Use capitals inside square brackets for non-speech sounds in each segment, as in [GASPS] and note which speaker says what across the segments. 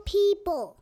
Speaker 1: people.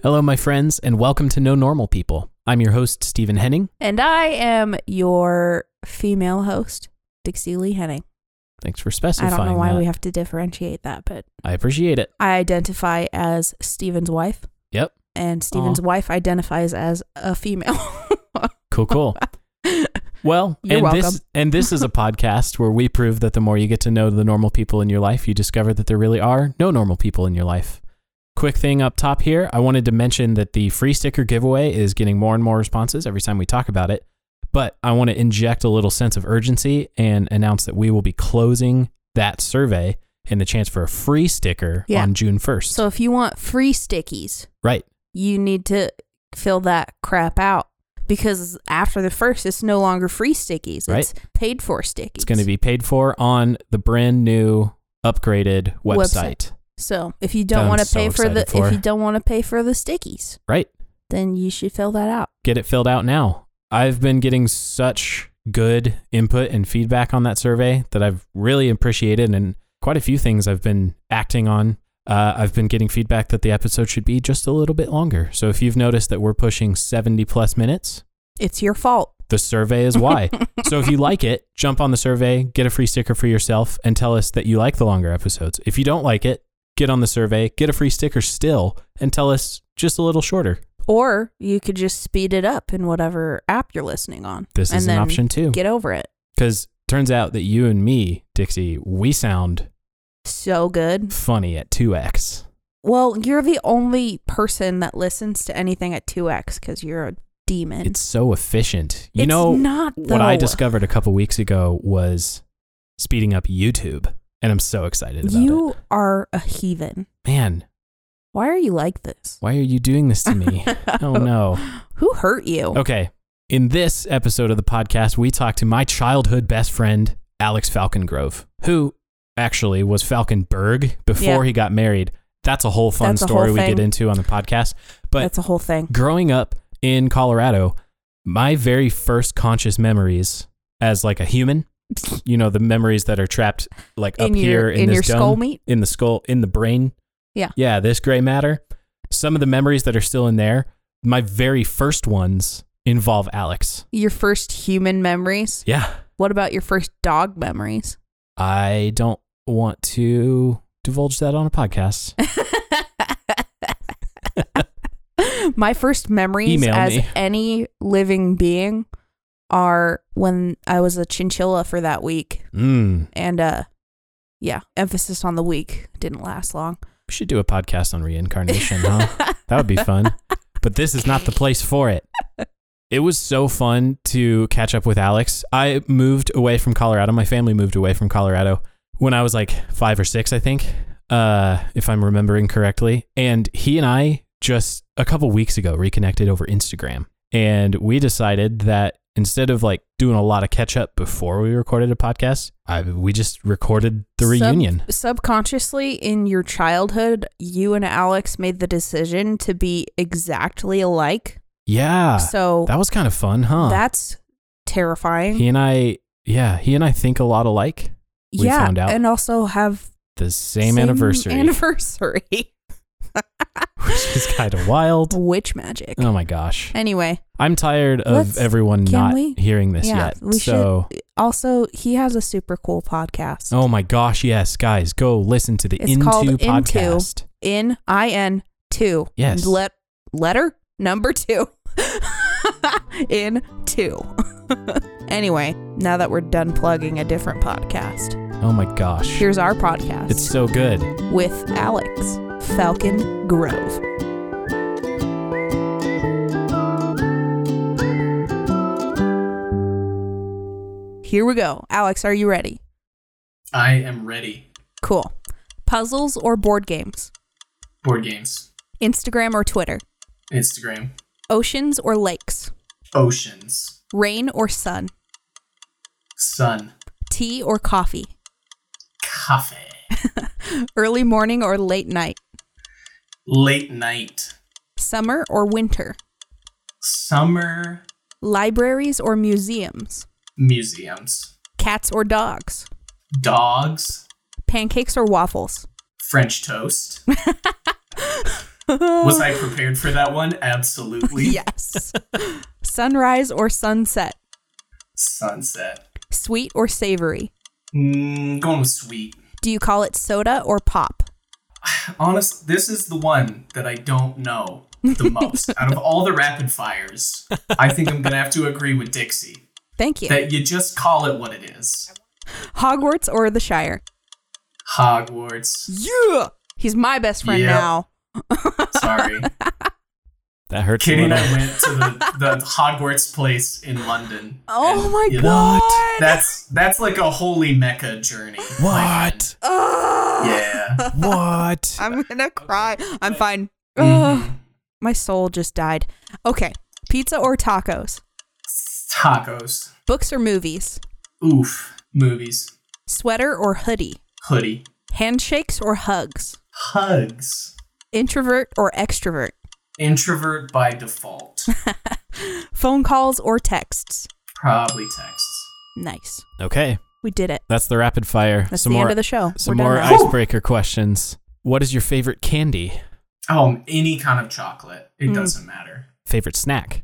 Speaker 2: Hello, my friends, and welcome to No Normal People. I'm your host, Stephen Henning.
Speaker 3: And I am your female host, Dixie Lee Henning.
Speaker 2: Thanks for
Speaker 3: I
Speaker 2: specifying.
Speaker 3: don't know why
Speaker 2: that.
Speaker 3: we have to differentiate that, but
Speaker 2: I appreciate it.
Speaker 3: I identify as Steven's wife,
Speaker 2: Yep.
Speaker 3: and Steven's wife identifies as a female. [LAUGHS]
Speaker 2: Cool, cool. Well,
Speaker 3: You're
Speaker 2: and this
Speaker 3: welcome.
Speaker 2: and this
Speaker 3: [LAUGHS]
Speaker 2: is a podcast where we prove that the more you get to know the normal people in your life, you discover that there really are no normal people in your life. Quick thing up top here, I wanted to mention that the free sticker giveaway is getting more and more responses every time we talk about it, but I want to inject a little sense of urgency and announce that we will be closing that survey and the chance for a free sticker
Speaker 3: Yeah.
Speaker 2: on June 1st.
Speaker 3: so if you want free stickies,
Speaker 2: right.
Speaker 3: you need to fill that crap out because after the first, it's no longer free stickies; it's
Speaker 2: Right.
Speaker 3: paid for stickies.
Speaker 2: It's going to be paid for on the brand new upgraded website.
Speaker 3: Website. So if you don't
Speaker 2: I'm
Speaker 3: want to
Speaker 2: so
Speaker 3: pay for the
Speaker 2: excited for.
Speaker 3: if you don't want to pay for the stickies,
Speaker 2: Right.
Speaker 3: then you should fill that out.
Speaker 2: Get it filled out now. I've been getting such good input and feedback on that survey that I've really appreciated and quite a few things I've been acting on. Uh, I've been getting feedback that the episode should be just a little bit longer. So if you've noticed that we're pushing 70 plus minutes,
Speaker 3: It's your fault.
Speaker 2: the survey is why. so if you like it, jump on the survey, get a free sticker for yourself, and tell us that you like the longer episodes. If you don't like it, get on the survey, get a free sticker still, and tell us just a little shorter.
Speaker 3: Or you could just speed it up in whatever app you're listening on.
Speaker 2: This
Speaker 3: and
Speaker 2: is an
Speaker 3: then
Speaker 2: option too.
Speaker 3: Get over it.
Speaker 2: Because turns out that you and me, Dixie, we sound
Speaker 3: So good.
Speaker 2: funny at 2x.
Speaker 3: Well, you're the only person that listens to anything at 2x because you're a demon.
Speaker 2: It's so efficient. You
Speaker 3: It's
Speaker 2: know,
Speaker 3: not
Speaker 2: what I
Speaker 3: though.
Speaker 2: discovered a couple weeks ago was speeding up YouTube. And I'm so excited about
Speaker 3: You
Speaker 2: it.
Speaker 3: are a heathen.
Speaker 2: Man,
Speaker 3: Why are you like this?
Speaker 2: why are you doing this to
Speaker 3: [LAUGHS]
Speaker 2: me? oh no.
Speaker 3: Who hurt you?
Speaker 2: Okay. In this episode of the podcast, we talk to my childhood best friend, Alex Falcongrove, who actually was Falconberg before
Speaker 3: Yeah.
Speaker 2: he got married. That's a whole fun
Speaker 3: That's a
Speaker 2: story
Speaker 3: whole
Speaker 2: we get
Speaker 3: thing.
Speaker 2: into on the podcast. But
Speaker 3: That's a whole thing.
Speaker 2: growing up in Colorado, my very first conscious memories as like a
Speaker 3: [LAUGHS]
Speaker 2: human, you know, the memories that are trapped like
Speaker 3: In
Speaker 2: up here
Speaker 3: your-
Speaker 2: in,
Speaker 3: in
Speaker 2: this
Speaker 3: your skull
Speaker 2: dome,
Speaker 3: meat?
Speaker 2: in the skull, in the brain.
Speaker 3: Yeah.
Speaker 2: Yeah, this gray matter. Some of the memories that are still in there, my very first ones involve Alex.
Speaker 3: Your first human memories.
Speaker 2: Yeah.
Speaker 3: What about your first dog memories?
Speaker 2: I don't want to divulge that on a
Speaker 3: [LAUGHS]
Speaker 2: podcast.
Speaker 3: [LAUGHS] My first memories
Speaker 2: Email
Speaker 3: as
Speaker 2: me.
Speaker 3: any living being are when I was a chinchilla for that week.
Speaker 2: Mm.
Speaker 3: And uh yeah, emphasis on the week didn't last long.
Speaker 2: We should do a podcast on reincarnation, huh? That would be fun. but this is not the place for it. It was so fun to catch up with Alex. I moved away from Colorado. My family moved away from Colorado when I was like five or six, I think, uh, if I'm remembering correctly. And he and I just a couple weeks ago reconnected over Instagram. And we decided that instead of like doing a lot of catch up before we recorded a podcast, I, we just recorded the
Speaker 3: Sub-
Speaker 2: reunion.
Speaker 3: subconsciously in your childhood, you and Alex made the decision to be exactly alike.
Speaker 2: yeah.
Speaker 3: so
Speaker 2: Ah, That was kind of fun, huh?
Speaker 3: that's terrifying.
Speaker 2: he and I, yeah, he and I think a lot alike. we
Speaker 3: yeah,
Speaker 2: found out.
Speaker 3: and also have
Speaker 2: The same, anniversary, [LAUGHS]
Speaker 3: Anniversary. [LAUGHS]
Speaker 2: which is kind of wild.
Speaker 3: Witch magic.
Speaker 2: Oh my gosh,
Speaker 3: Anyway,
Speaker 2: I'm tired of
Speaker 3: Let's-
Speaker 2: everyone
Speaker 3: can
Speaker 2: not
Speaker 3: we?
Speaker 2: hearing this
Speaker 3: Yeah,
Speaker 2: yet.
Speaker 3: we
Speaker 2: so,
Speaker 3: also he has a super cool podcast.
Speaker 2: oh my gosh, yes, guys, go listen to the
Speaker 3: It's
Speaker 2: Into
Speaker 3: called Into.
Speaker 2: podcast.
Speaker 3: N I N two.
Speaker 2: Yes.
Speaker 3: Let letter number two. [LAUGHS] In two. [LAUGHS] anyway, now that we're done plugging a different podcast,
Speaker 2: Oh my gosh,
Speaker 3: here's our podcast
Speaker 2: it's so good.
Speaker 3: with Alex Falcon Grove. Here we go. Alex, are you ready?
Speaker 1: I am ready.
Speaker 3: Cool. Puzzles or board games?
Speaker 1: Board games,
Speaker 3: Instagram or Twitter?
Speaker 1: Instagram,
Speaker 3: Oceans or lakes?
Speaker 1: oceans,
Speaker 3: Rain or sun?
Speaker 1: sun,
Speaker 3: Tea or coffee?
Speaker 1: coffee,
Speaker 3: Early morning or late night?
Speaker 1: late night,
Speaker 3: Summer or winter?
Speaker 1: summer,
Speaker 3: Libraries or museums?
Speaker 1: museums,
Speaker 3: Cats or dogs?
Speaker 1: dogs,
Speaker 3: Pancakes or waffles?
Speaker 1: French
Speaker 3: [LAUGHS]
Speaker 1: toast. Was I prepared for that one? Absolutely.
Speaker 3: [LAUGHS] Yes. Sunrise or sunset?
Speaker 1: Sunset.
Speaker 3: Sweet or savory?
Speaker 1: Mm, going with sweet.
Speaker 3: Do you call it soda or pop?
Speaker 1: Honest, this is the one that I don't know
Speaker 3: [LAUGHS]
Speaker 1: the most. Out of all the rapid fires, I think I'm gonna have to agree with Dixie
Speaker 3: Thank you.
Speaker 1: that you just call it what it is.
Speaker 3: Hogwarts or the Shire?
Speaker 1: Hogwarts.
Speaker 3: Yeah. He's my best friend
Speaker 1: Yeah.
Speaker 3: now. [LAUGHS]
Speaker 1: Sorry,
Speaker 2: That hurts. a
Speaker 1: Kitty and
Speaker 2: little.
Speaker 1: [LAUGHS] I went to the, the Hogwarts place in London.
Speaker 3: Oh
Speaker 1: and,
Speaker 3: my
Speaker 1: you know,
Speaker 3: god.
Speaker 1: [LAUGHS] That's that's like a holy mecca journey. my friend.
Speaker 2: What?
Speaker 3: Ugh. [LAUGHS]
Speaker 1: Yeah.
Speaker 2: What?
Speaker 3: I'm gonna cry. I'm fine. Ugh.
Speaker 1: Mhm.
Speaker 3: my soul just died. Okay. Pizza or tacos?
Speaker 1: Tacos.
Speaker 3: Books or movies?
Speaker 1: Oof. Movies.
Speaker 3: Sweater or hoodie?
Speaker 1: Hoodie.
Speaker 3: Handshakes or hugs?
Speaker 1: Hugs.
Speaker 3: Introvert or extrovert?
Speaker 1: Introvert by default.
Speaker 3: [LAUGHS] Phone calls or texts?
Speaker 1: Probably texts.
Speaker 3: Nice.
Speaker 2: Okay,
Speaker 3: We did it.
Speaker 2: that's the rapid fire.
Speaker 3: That's
Speaker 2: some
Speaker 3: the
Speaker 2: more,
Speaker 3: end of the show.
Speaker 2: Some
Speaker 3: We're
Speaker 2: more
Speaker 3: done now.
Speaker 1: ice-
Speaker 2: icebreaker questions. What is your favorite candy?
Speaker 1: Um, any kind of chocolate. It
Speaker 3: Mm.
Speaker 1: doesn't matter.
Speaker 2: Favorite snack?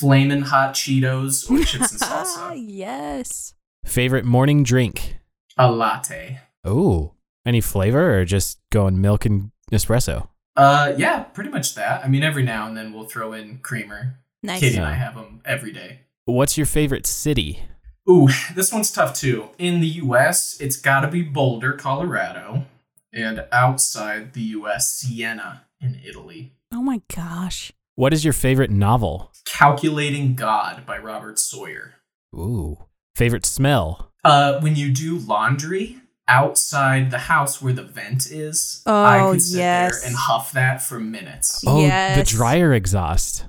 Speaker 1: Flamin' hot Cheetos or
Speaker 3: [LAUGHS]
Speaker 1: chips and
Speaker 3: Ah,
Speaker 1: salsa.
Speaker 3: yes.
Speaker 2: Favorite morning drink?
Speaker 1: A latte.
Speaker 2: Oh, any flavor or just going milk and espresso?
Speaker 1: Uh, yeah, pretty much that. I mean, every now and then we'll throw in creamer.
Speaker 3: Nice.
Speaker 1: Katie and
Speaker 2: Yeah.
Speaker 1: I have them every day.
Speaker 2: What's your favorite city?
Speaker 1: Ooh, this one's tough too. In the U.S., it's got to be Boulder, Colorado, and outside the U.S., Siena in Italy.
Speaker 3: Oh my gosh.
Speaker 2: What is your favorite novel?
Speaker 1: Calculating God by Robert Sawyer.
Speaker 2: Ooh. Favorite smell?
Speaker 1: Uh, when you do laundry outside the house where the vent is, I
Speaker 3: Oh,
Speaker 1: could sit
Speaker 3: yes.
Speaker 1: there and huff that for minutes.
Speaker 2: Oh,
Speaker 3: Yes.
Speaker 2: the dryer exhaust.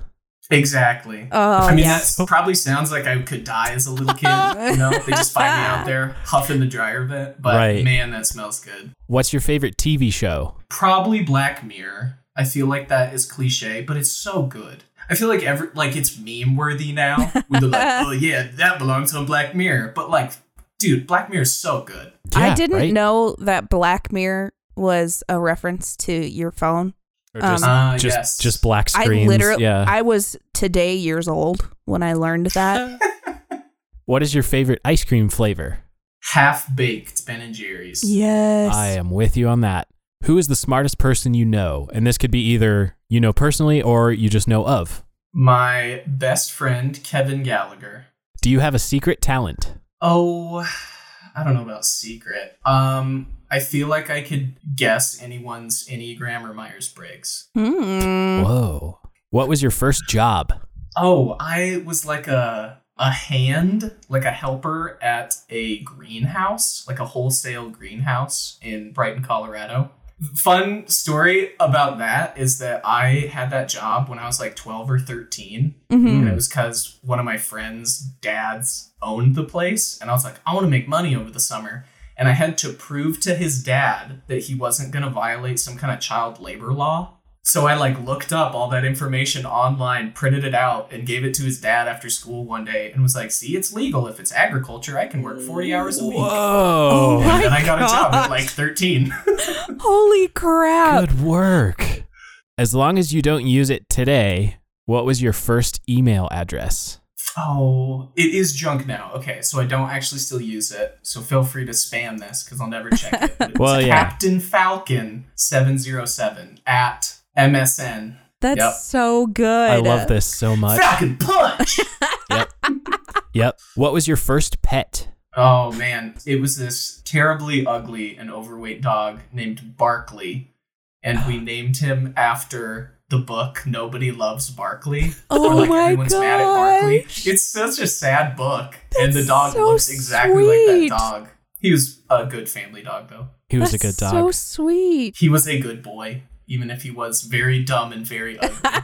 Speaker 1: Exactly.
Speaker 3: Oh,
Speaker 1: I mean,
Speaker 3: yes.
Speaker 1: that probably sounds like I could die as a
Speaker 3: [LAUGHS]
Speaker 1: little kid. you know, they just find me out there huffing the dryer vent. But
Speaker 2: Right.
Speaker 1: man, that smells good.
Speaker 2: What's your favorite TV show?
Speaker 1: Probably Black Mirror. I feel like that is cliche, but it's so good. I feel like every like it's meme worthy now. We're like, oh yeah, that belongs on Black Mirror. But like, dude, Black Mirror is so good.
Speaker 2: Yeah,
Speaker 3: I didn't
Speaker 2: right?
Speaker 3: know that Black Mirror was a reference to your phone.
Speaker 2: Or
Speaker 3: um,
Speaker 2: just,
Speaker 1: Uh,
Speaker 2: just,
Speaker 1: yes.
Speaker 2: just black screens.
Speaker 3: I literally,
Speaker 2: yeah.
Speaker 3: I was today years old when I learned that.
Speaker 2: what is your favorite ice cream flavor?
Speaker 1: half baked Ben and Jerry's.
Speaker 3: yes.
Speaker 2: I am with you on that. Who is the smartest person you know? And this could be either you know personally or you just know of.
Speaker 1: My best friend Kevin Gallagher.
Speaker 2: Do you have a secret talent?
Speaker 1: Oh, I don't know about secret. Um, I feel like I could guess anyone's Enneagram or Myers Briggs.
Speaker 3: Mm.
Speaker 2: Whoa. What was your first job?
Speaker 1: Oh, I was like a a hand, like a helper at a greenhouse, like a wholesale greenhouse in Brighton, Colorado. Fun story about that is that I had that job when I was like 12 or 13.
Speaker 3: Mhm.
Speaker 1: and it was because one of my friends' dads owned the place, and I was like, I want to make money over the summer, and I had to prove to his dad that he wasn't gonna violate some kind of child labor law. So I like looked up all that information online, printed it out, and gave it to his dad after school one day, and was like, "See, it's legal. If it's agriculture, I can work forty hours a week."
Speaker 2: Whoa.
Speaker 3: Oh my-
Speaker 1: And then I got a job
Speaker 3: gosh.
Speaker 1: at like thirteen.
Speaker 3: Holy crap.
Speaker 2: Good work. As long as you don't use it today, what was your first email address?
Speaker 1: Oh, it is junk now. Okay, so I don't actually still use it. So feel free to spam this because I'll never
Speaker 2: [LAUGHS]
Speaker 1: check it. But it's
Speaker 2: Well, yeah.
Speaker 1: Captain Falcon seven zero seven at MSN.
Speaker 3: That's
Speaker 1: Yep.
Speaker 3: so good.
Speaker 2: I love this so
Speaker 3: [LAUGHS]
Speaker 2: much.
Speaker 1: Falcon Punch.
Speaker 2: Yep. What was your first pet?
Speaker 1: oh man, it was this terribly ugly and overweight dog named Barkley,
Speaker 3: [SIGHS]
Speaker 1: and we named him after the book Nobody Loves Barkley.
Speaker 3: Oh
Speaker 1: or like
Speaker 3: my
Speaker 1: everyone's mad at Barkley.
Speaker 3: gosh.
Speaker 1: It's such a sad book, and
Speaker 3: That's
Speaker 1: the dog
Speaker 3: so
Speaker 1: looks exactly
Speaker 3: sweet.
Speaker 1: like that dog. He was a good family dog, though.
Speaker 2: He was a good
Speaker 3: That's
Speaker 2: dog.
Speaker 3: So sweet.
Speaker 1: He was a good boy, even if he was very dumb
Speaker 3: [LAUGHS]
Speaker 1: and very ugly.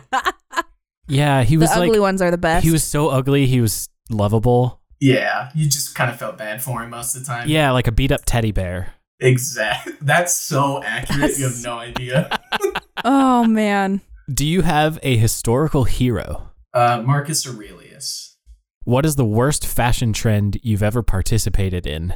Speaker 2: yeah, he
Speaker 3: The
Speaker 2: was
Speaker 3: ugly
Speaker 2: like
Speaker 3: ones are the best.
Speaker 2: he was so ugly. He was lovable.
Speaker 1: yeah, you just kind of felt bad for him most of the time.
Speaker 2: Yeah, like a beat up teddy bear.
Speaker 1: Exact. [LAUGHS] That's so accurate. You have no idea.
Speaker 3: oh man.
Speaker 2: Do you have a historical hero?
Speaker 1: Uh, Marcus Aurelius.
Speaker 2: What is the worst fashion trend you've ever participated in?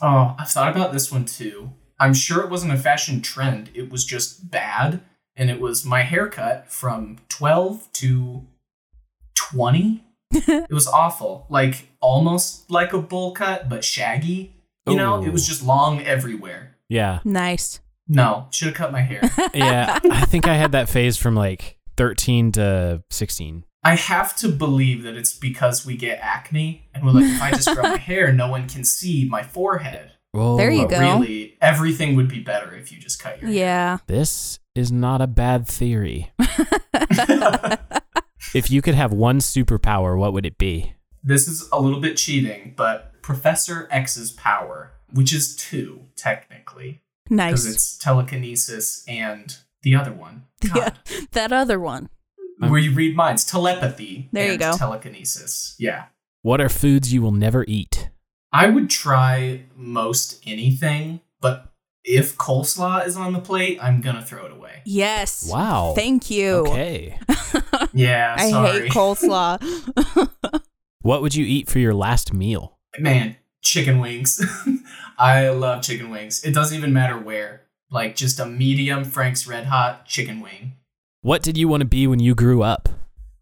Speaker 1: Oh, I've thought about this one too. I'm sure it wasn't a fashion trend. It was just bad, and it was my haircut from 12 to
Speaker 3: [LAUGHS]
Speaker 1: 20. it was awful. Like almost like a bowl cut, but shaggy. You know, it was
Speaker 2: Ooh.
Speaker 1: just long everywhere.
Speaker 2: Yeah.
Speaker 3: Nice.
Speaker 1: No, should have cut
Speaker 3: [LAUGHS]
Speaker 1: my hair.
Speaker 2: Yeah. I think I had that phase from like 13 to 16.
Speaker 1: I have to believe that it's because we get acne, and we're like, if I just
Speaker 3: [LAUGHS]
Speaker 1: grow my hair, no one can see my forehead.
Speaker 2: Whoa,
Speaker 3: There you
Speaker 2: whoa.
Speaker 1: But
Speaker 3: go.
Speaker 1: really, everything would be better if you just cut your hair.
Speaker 3: Yeah.
Speaker 2: This is not a bad
Speaker 3: [LAUGHS]
Speaker 2: theory. if you could have one superpower, what would it be?
Speaker 1: This is a little bit cheating, but Professor X's power, which is two, technically,
Speaker 3: [LAUGHS]
Speaker 1: because
Speaker 3: Nice.
Speaker 1: it's telekinesis and the other one.
Speaker 3: [LAUGHS]
Speaker 1: God.
Speaker 3: That other one.
Speaker 1: Where you read minds, telepathy.
Speaker 3: There you
Speaker 1: and
Speaker 3: go.
Speaker 1: Telekinesis. Yeah.
Speaker 2: What are foods you will never eat?
Speaker 1: I would try most anything, but if coleslaw is on the plate, I'm gonna throw
Speaker 3: [LAUGHS]
Speaker 1: it away.
Speaker 3: Yes.
Speaker 2: Wow.
Speaker 3: Thank you.
Speaker 2: Okay.
Speaker 1: Yeah,
Speaker 3: I
Speaker 1: sorry.
Speaker 3: hate
Speaker 1: [LAUGHS]
Speaker 3: coleslaw.
Speaker 2: What would you eat for your last meal?
Speaker 1: Man, chicken wings. [LAUGHS] I love chicken wings. It doesn't even matter where. Like just a medium Frank's Red Hot chicken wing.
Speaker 2: What did you want to be when you grew up?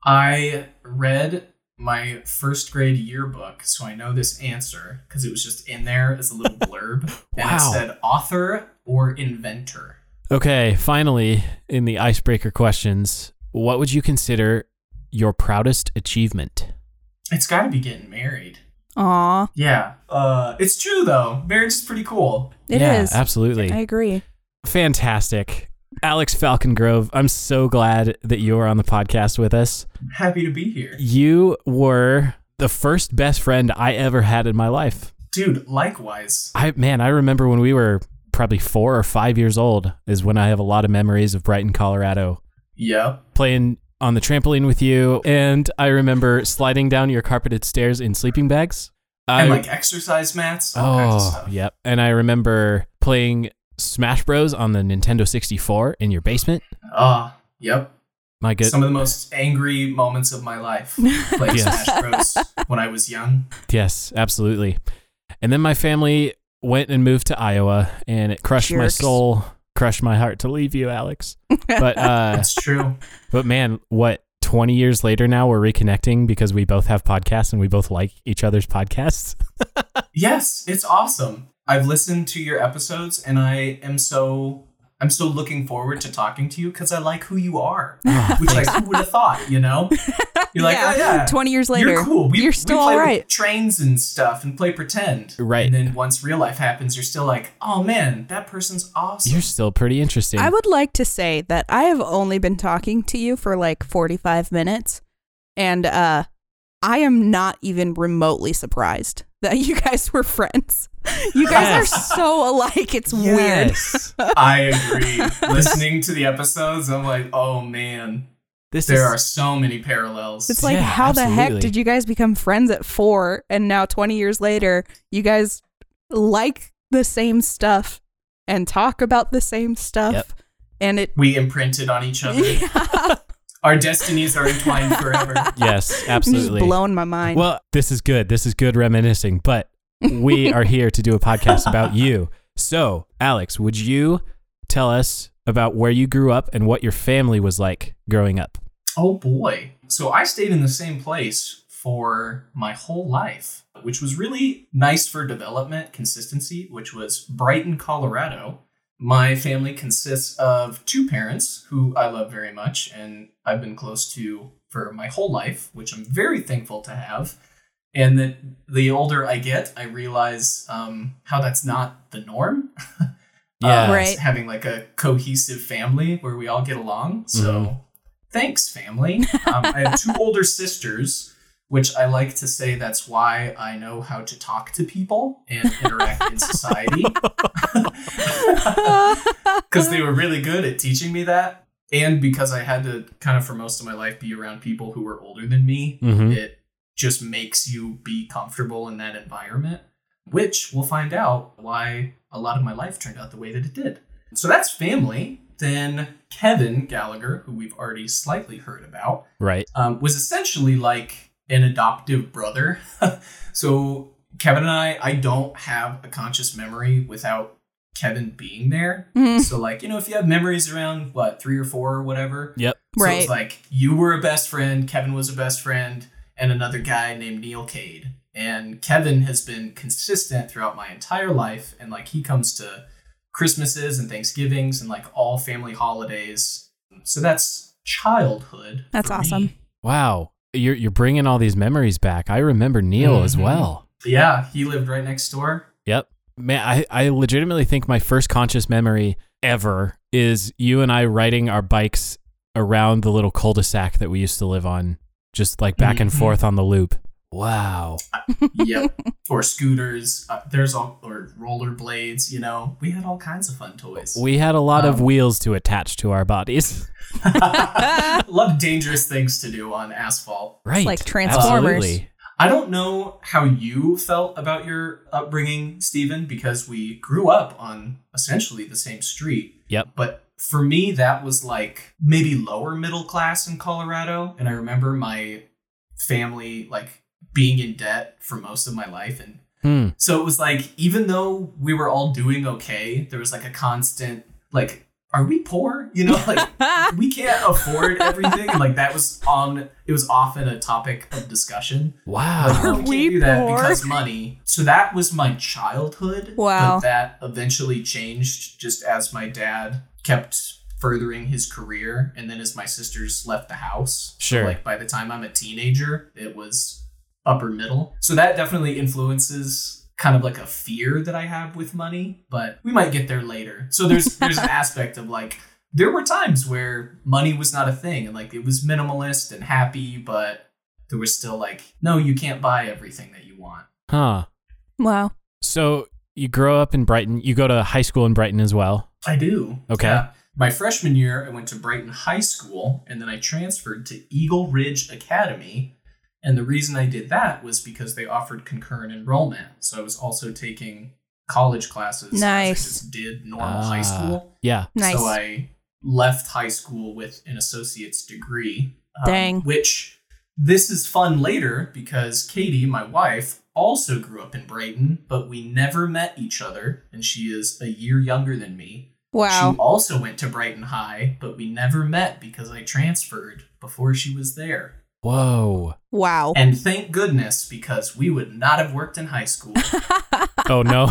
Speaker 1: I read my first grade yearbook, so I know this answer because it was just in there as a
Speaker 2: [LAUGHS]
Speaker 1: little blurb. And it
Speaker 2: Wow.
Speaker 1: said author or inventor.
Speaker 2: Okay, finally, in the icebreaker questions, what would you consider your proudest achievement?
Speaker 1: It's got to be getting married.
Speaker 3: Aw.
Speaker 1: Yeah. Uh, it's true though. Marriage is pretty cool.
Speaker 3: it is.
Speaker 2: yeah, absolutely.
Speaker 3: I agree.
Speaker 2: Fantastic. Alex Falcon Grove, I'm so glad that you are on the podcast with us.
Speaker 1: Happy to be here,
Speaker 2: You were the first best friend I ever had in my life.
Speaker 1: dude. Likewise.
Speaker 2: I man, I remember when we were probably 4 or 5 years old is when I have a lot of memories of Brighton, Colorado,
Speaker 1: Yep.
Speaker 2: playing on the trampoline with you and I remember sliding down your carpeted stairs in sleeping bags.
Speaker 1: and like exercise mats, all kinds of
Speaker 2: Oh,
Speaker 1: stuff.
Speaker 2: yep. And I remember playing Smash Bros on the Nintendo 64 in your basement.
Speaker 1: Ah, yep.
Speaker 2: My good
Speaker 1: Some of the most angry moments of my life.
Speaker 2: [LAUGHS]
Speaker 1: Playing
Speaker 2: Yes.
Speaker 1: Smash Bros. when I was young.
Speaker 2: Yes, absolutely. And then my family went and moved to Iowa, and it crushed my
Speaker 3: Jerks.
Speaker 2: soul, crushed my heart to leave you, Alex. But
Speaker 3: [LAUGHS]
Speaker 2: uh, [LAUGHS]
Speaker 1: That's true.
Speaker 2: but man, what? 20 years later now we're reconnecting because we both have podcasts and we both like each other's podcasts.
Speaker 1: Yes, it's awesome. I've listened to your episodes and I am so I'm so looking forward to talking to you because I like who
Speaker 3: [LAUGHS]
Speaker 1: you are.
Speaker 2: Oh,
Speaker 1: Which like who would have thought, you know? You're like,
Speaker 3: Ah, yeah.
Speaker 1: oh yeah.
Speaker 3: 20 years later.
Speaker 1: You're cool. We,
Speaker 3: You're still
Speaker 1: we play
Speaker 3: all
Speaker 1: with
Speaker 3: right.
Speaker 1: trains and stuff and play pretend.
Speaker 2: Right.
Speaker 1: And then once real life happens, you're still like, oh man, that person's awesome.
Speaker 2: You're still pretty interesting.
Speaker 3: I would like to say that I have only been talking to you for like 45 minutes and uh I am not even remotely surprised that [LAUGHS] you guys were friends. [LAUGHS] You guys are
Speaker 2: Yes.
Speaker 3: so alike. It's weird.
Speaker 2: yes.
Speaker 1: I agree. Listening to the episodes, I'm like, oh man,
Speaker 2: This
Speaker 1: there
Speaker 2: is
Speaker 1: are so many parallels.
Speaker 3: It's like,
Speaker 2: Yeah,
Speaker 3: how the heck
Speaker 2: absolutely.
Speaker 3: did you guys become friends at four? And now, 20 years later, you guys like the same stuff and talk about the same stuff.
Speaker 2: Yep.
Speaker 3: And it, [LAUGHS]
Speaker 1: we imprinted on each other.
Speaker 3: yeah,
Speaker 1: Our destinies are entwined forever.
Speaker 2: Yes,
Speaker 3: I'm just
Speaker 2: absolutely.
Speaker 3: blown my mind.
Speaker 2: Well, this is good. This is good reminiscing, but we are here to do a podcast about you. So, Alex, would you tell us about where you grew up and what your family was like growing up?
Speaker 1: Oh boy. So I stayed in the same place for my whole life, which was really nice for development consistency, which was Brighton, Colorado. My family consists of two parents who I love very much and I've been close to for my whole life, which I'm very thankful to have. And that the older I get, I realize um, how that's not the norm. Oh,
Speaker 2: Yeah.
Speaker 3: Right.
Speaker 1: Um, having like a cohesive family where we all get along. So thanks, family. Um, I have two older sisters which I like to say that's why I know how to talk to people and interact in society. [LAUGHS] Because they were really good at teaching me that. And because I had to kind of for most of my life be around people who were older than me,
Speaker 2: Mhm.
Speaker 1: it just makes you be comfortable in that environment, which we'll find out why a lot of my life turned out the way that it did. So that's family. Then Kevin Gallagher, who we've already slightly heard about,
Speaker 2: Right.
Speaker 1: um, was essentially like an adoptive brother. [LAUGHS] so Kevin and I, I don't have a conscious memory without Kevin being there.
Speaker 3: Mhm.
Speaker 1: So like, you know, if you have memories around what three or four or whatever,
Speaker 2: Yep.
Speaker 3: [LAUGHS]
Speaker 1: so
Speaker 3: right.
Speaker 1: it's like you were a best friend, Kevin was a best friend, and another guy named Neil Cade. And Kevin has been consistent throughout my entire life. And like he comes to Christmases and Thanksgivings and like all family holidays. So that's childhood.
Speaker 3: That's
Speaker 1: for me.
Speaker 3: awesome.
Speaker 2: Wow. You're you're bringing all these memories back. I remember Neil as
Speaker 1: Mhm.
Speaker 2: well.
Speaker 1: Yeah, he lived right next door.
Speaker 2: Yep. Man, I, I legitimately think my first conscious memory ever is you and I riding our bikes around the little cul-de-sac that we used to live on, just like back and
Speaker 1: Mhm.
Speaker 2: forth on the loop. Wow.
Speaker 1: Yep. or scooters. Uh, there's all or rollerblades. You know, we had all kinds of fun toys.
Speaker 2: [LAUGHS] We had a lot of
Speaker 1: Um,
Speaker 2: wheels to attach to our
Speaker 3: [LAUGHS]
Speaker 2: bodies.
Speaker 1: a lot of dangerous things to do on asphalt.
Speaker 2: Right.
Speaker 3: like Transformers.
Speaker 2: Absolutely.
Speaker 1: I don't know how you felt about your upbringing, Stephen, because we grew up on essentially the same street.
Speaker 2: Yep.
Speaker 1: But for me, that was like maybe lower middle class in Colorado. And I remember my family like being in debt for most of my life and
Speaker 2: Hmm.
Speaker 1: So it was like, even though we were all doing okay, there was like a constant, like, are we poor? You know, like,
Speaker 3: [LAUGHS]
Speaker 1: we can't afford everything. And, like, that was on, it was often a topic of discussion. Like,
Speaker 2: Wow.
Speaker 1: no,
Speaker 3: Are
Speaker 1: we can't
Speaker 3: we
Speaker 1: do that
Speaker 3: poor?
Speaker 1: because money. So that was my childhood.
Speaker 3: Wow.
Speaker 1: But that eventually changed just as my dad kept furthering his career and then as my sisters left the house.
Speaker 2: Sure.
Speaker 1: So like by the time I'm a teenager, it was upper middle. So that definitely influences kind of like a fear that I have with money, but we might get there later. So there's there's an aspect of like there were times where money was not a thing and like it was minimalist and happy, but there was still like no, you can't buy everything that you want.
Speaker 2: Huh.
Speaker 3: wow.
Speaker 2: So you grow up in Brighton. You go to high school in Brighton as well.
Speaker 1: I do.
Speaker 2: Okay.
Speaker 1: Yeah. My freshman year, I went to Brighton High School and then I transferred to Eagle Ridge Academy. And the reason I did that was because they offered concurrent enrollment. So I was also taking college classes. as
Speaker 3: Nice.
Speaker 1: I just did normal
Speaker 2: Ah,
Speaker 1: high school.
Speaker 2: Yeah.
Speaker 3: Nice.
Speaker 1: So I left high school with an associate's degree. um,
Speaker 3: Dang.
Speaker 1: Which this is fun later because Katie, my wife, also grew up in Brighton, but we never met each other. And she is a year younger than me.
Speaker 3: wow.
Speaker 1: She also went to Brighton High, but we never met because I transferred before she was there.
Speaker 2: Whoa.
Speaker 3: [LAUGHS] Wow.
Speaker 1: And thank goodness because we would not have worked in high school.
Speaker 2: Oh
Speaker 1: [LAUGHS]
Speaker 2: no.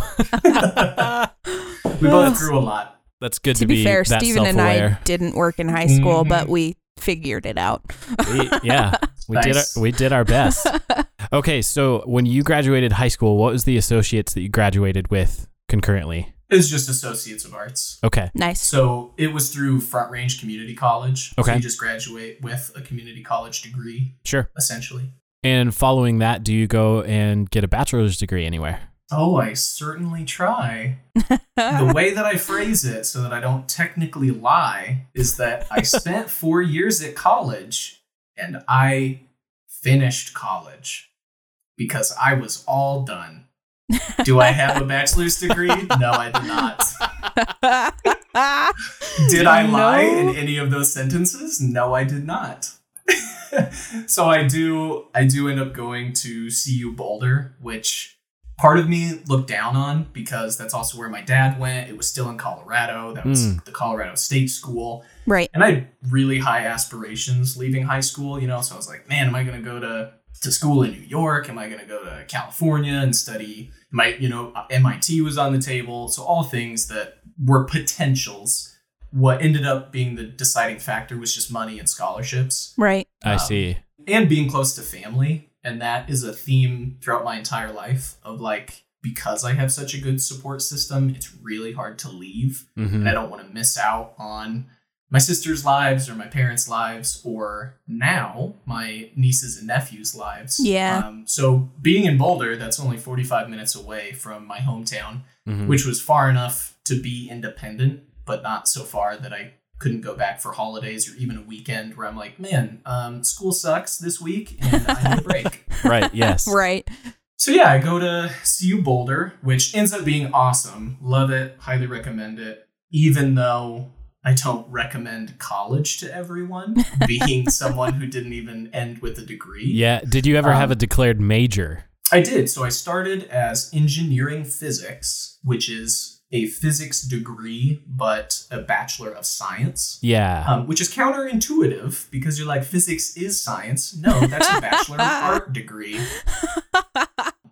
Speaker 1: we both grew a lot.
Speaker 2: That's good to,
Speaker 3: to be, fair,
Speaker 2: that
Speaker 3: Steven and I
Speaker 2: self-aware. Mm-hmm.
Speaker 3: didn't work in high school,
Speaker 1: Mhm.
Speaker 3: but we figured it out.
Speaker 2: We-
Speaker 3: [LAUGHS]
Speaker 2: yeah. We did
Speaker 1: Nice.
Speaker 2: our, we did our best. Okay, so when you graduated high school, what was the associates that you graduated with concurrently?
Speaker 1: It was just associates of arts.
Speaker 2: Okay.
Speaker 3: Nice. [LAUGHS]
Speaker 1: So it was through Front Range Community College. So
Speaker 2: Okay.
Speaker 1: you just graduate with a community college degree,
Speaker 2: Sure.
Speaker 1: essentially.
Speaker 2: And following that, do you go and get a bachelor's degree anywhere?
Speaker 1: Oh, I certainly try. the way that I phrase it so that I don't technically lie is that I spent four years at college and I finished college because I was all done. Do I have a bachelor's degree? No, I did not. [LAUGHS] Did I lie
Speaker 3: No.
Speaker 1: in any of those sentences? No, I did not. [LAUGHS] so I do I do end up going to CU Boulder, which part of me looked down on because that's also where my dad went. It was still in Colorado. That was
Speaker 2: Mm.
Speaker 1: the Colorado State School.
Speaker 3: right.
Speaker 1: And I had really high aspirations leaving high school, you know, so I was like, man, am I going to go to to school in New York? Am I going to go to California and study? My, you know, MIT was on the table. So all things that were potentials. What ended up being the deciding factor was just money and scholarships
Speaker 3: Right.
Speaker 2: I
Speaker 1: Um,
Speaker 2: see.
Speaker 1: and being close to family. And that is a theme throughout my entire life of like, because I have such a good support system, it's really hard to leave
Speaker 2: Mhm.
Speaker 1: and I don't want to miss out on my sister's lives or my parents' lives or now my nieces and nephews' lives.
Speaker 3: Yeah.
Speaker 1: Um, so being in Boulder, that's only 45 minutes away from my hometown,
Speaker 2: Mhm.
Speaker 1: which was far enough to be independent, but not so far that I couldn't go back for holidays or even a weekend where I'm like, man, um, school sucks this week and I need a break.
Speaker 2: [LAUGHS] right. Yes.
Speaker 3: Right.
Speaker 1: So yeah, I go to CU Boulder, which ends up being awesome. Love it, highly recommend it. Even though I don't recommend college to everyone, being someone who didn't even end with a degree.
Speaker 2: Yeah. Did you ever have
Speaker 1: Um,
Speaker 2: a declared major?
Speaker 1: I did. So I started as engineering physics, which is a physics degree but a bachelor of science.
Speaker 2: Yeah.
Speaker 1: Um, which is counterintuitive because you're like, physics is science. No, that's a Bachelor of Art degree.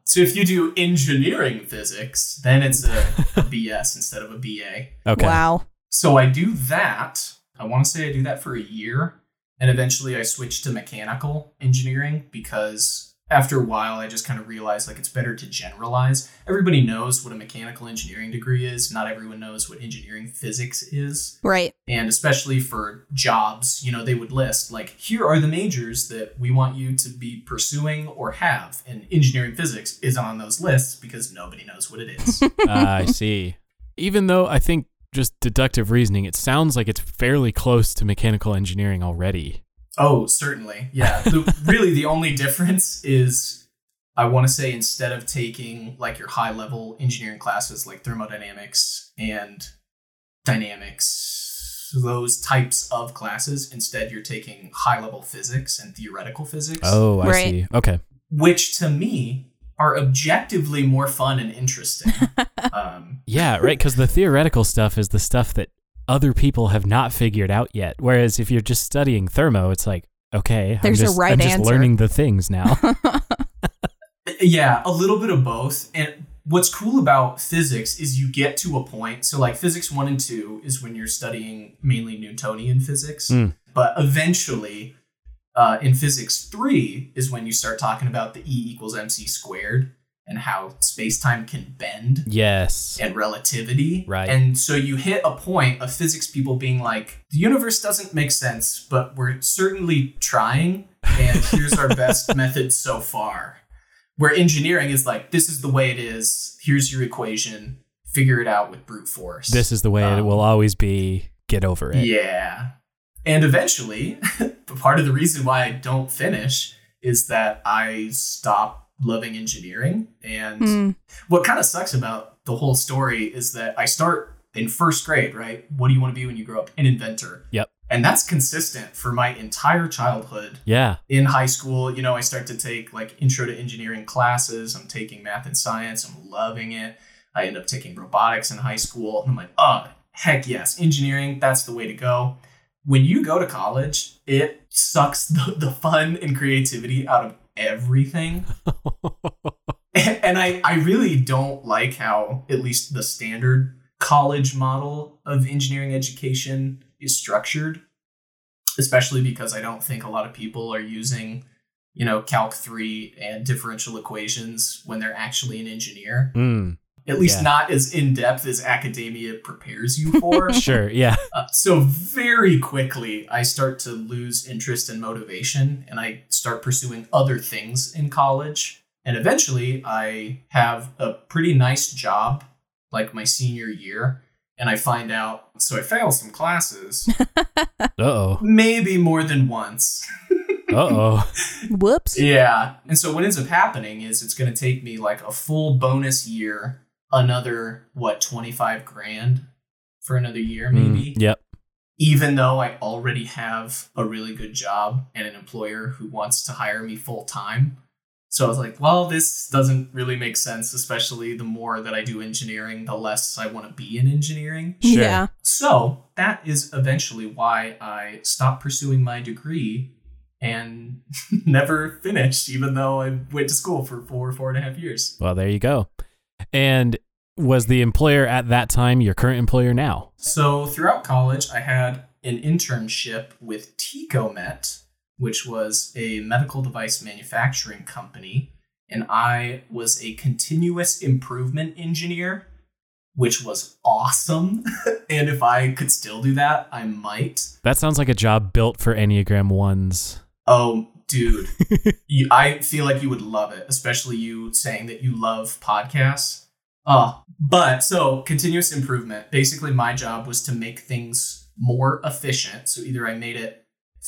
Speaker 1: So if you do engineering physics, then it's a, a BS instead of a BA.
Speaker 2: okay.
Speaker 3: uh,
Speaker 2: [LAUGHS]
Speaker 3: Wow.
Speaker 1: So I do that. I want to say I do that for a year. And eventually I switched to mechanical engineering because after a while I just kind of realized like it's better to generalize. Everybody knows what a mechanical engineering degree is, not everyone knows what engineering physics is
Speaker 3: Right.
Speaker 1: and especially for jobs, you know, they would list like here are the majors that we want you to be pursuing or have, and engineering physics is on those lists because nobody knows what it is.
Speaker 2: Ah, I see. Even though I think just deductive reasoning, it sounds like it's fairly close to mechanical engineering already.
Speaker 1: oh, certainly, yeah. The, really, the only difference is I want to say instead of taking like your high level engineering classes like thermodynamics and dynamics, those types of classes, instead you're taking high level physics and theoretical physics.
Speaker 2: Oh, I
Speaker 3: Right.
Speaker 2: see. Okay.
Speaker 1: which to me are objectively more fun and interesting. um,
Speaker 2: Yeah, right. Because the theoretical stuff is the stuff that other people have not figured out yet. Whereas if you're just studying thermo, it's like, okay,
Speaker 3: There's a
Speaker 2: I'm just,
Speaker 3: right
Speaker 2: I'm just
Speaker 3: answer.
Speaker 2: learning the things
Speaker 3: [LAUGHS]
Speaker 2: now.
Speaker 1: yeah, a little bit of both. And what's cool about physics is you get to a point. So, like physics one and two is when you're studying mainly Newtonian physics,
Speaker 2: Mm.
Speaker 1: but eventually. Uh, in physics three is when you start talking about the E equals mc squared and how space time can bend
Speaker 2: yes.
Speaker 1: and relativity.
Speaker 2: Right.
Speaker 1: And so you hit a point of physics people being like, the universe doesn't make sense, but we're certainly trying. And here's
Speaker 2: [LAUGHS]
Speaker 1: our best method so far. Where engineering is like, this is the way it is. Here's your equation. Figure it out with brute force.
Speaker 2: This is the way it
Speaker 1: Um,
Speaker 2: will always be. Get over it.
Speaker 1: Yeah. And eventually, [LAUGHS] part of the reason why I don't finish is that I stop loving engineering and
Speaker 3: Mm.
Speaker 1: what kind of sucks about the whole story is that I start in first grade, right? What do you want to be when you grow up? An inventor.
Speaker 2: Yep.
Speaker 1: And that's consistent for my entire childhood. [LAUGHS]
Speaker 2: Yeah.
Speaker 1: In high school, you know, I start to take like intro to engineering classes. I'm taking math and science. I'm loving it. I end up taking robotics in high school. And I'm like, oh, heck yes, engineering, that's the way to go. When you go to college, it sucks the, the fun and creativity out of everything and I, I really don't like how at least the standard college model of engineering education is structured especially because i don't think a lot of people are using you know calc 3 and differential equations when they're actually an engineer
Speaker 2: Mm,
Speaker 1: at least
Speaker 2: Yeah.
Speaker 1: not as in-depth as academia prepares you for
Speaker 2: [LAUGHS] sure. Yeah.
Speaker 1: uh, so very quickly i start to lose interest and motivation and i start pursuing other things in college and eventually i have a pretty nice job like my senior year and i find out so i fail some classes
Speaker 2: Uh oh.
Speaker 1: maybe more than once
Speaker 2: Uh oh.
Speaker 3: Whoops.
Speaker 1: yeah and so what ends up happening is it's going to take me like a full bonus year another what 25 grand for another year maybe
Speaker 2: Mm, Yep.
Speaker 1: even though I already have a really good job and an employer who wants to hire me full time. So I was like, well, this doesn't really make sense, especially the more that I do engineering, the less I want to be in engineering.
Speaker 2: Sure.
Speaker 3: Yeah.
Speaker 1: So that is eventually why I stopped pursuing my degree and [LAUGHS] never finished, even though I went to school for four, four and a half years.
Speaker 2: Well, there you go. And was the employer at that time your current employer now?
Speaker 1: So throughout college, I had an internship with Ticomet, which was a medical device manufacturing company, and I was a continuous improvement engineer. which was awesome. [LAUGHS] and if I could still do that, I might.
Speaker 2: That sounds like a job built for Enneagram ones.
Speaker 1: Oh, dude, you, I feel like you would love it, especially you saying that you love podcasts. Uh, but so continuous improvement. Basically, my job was to make things more efficient. So either I made it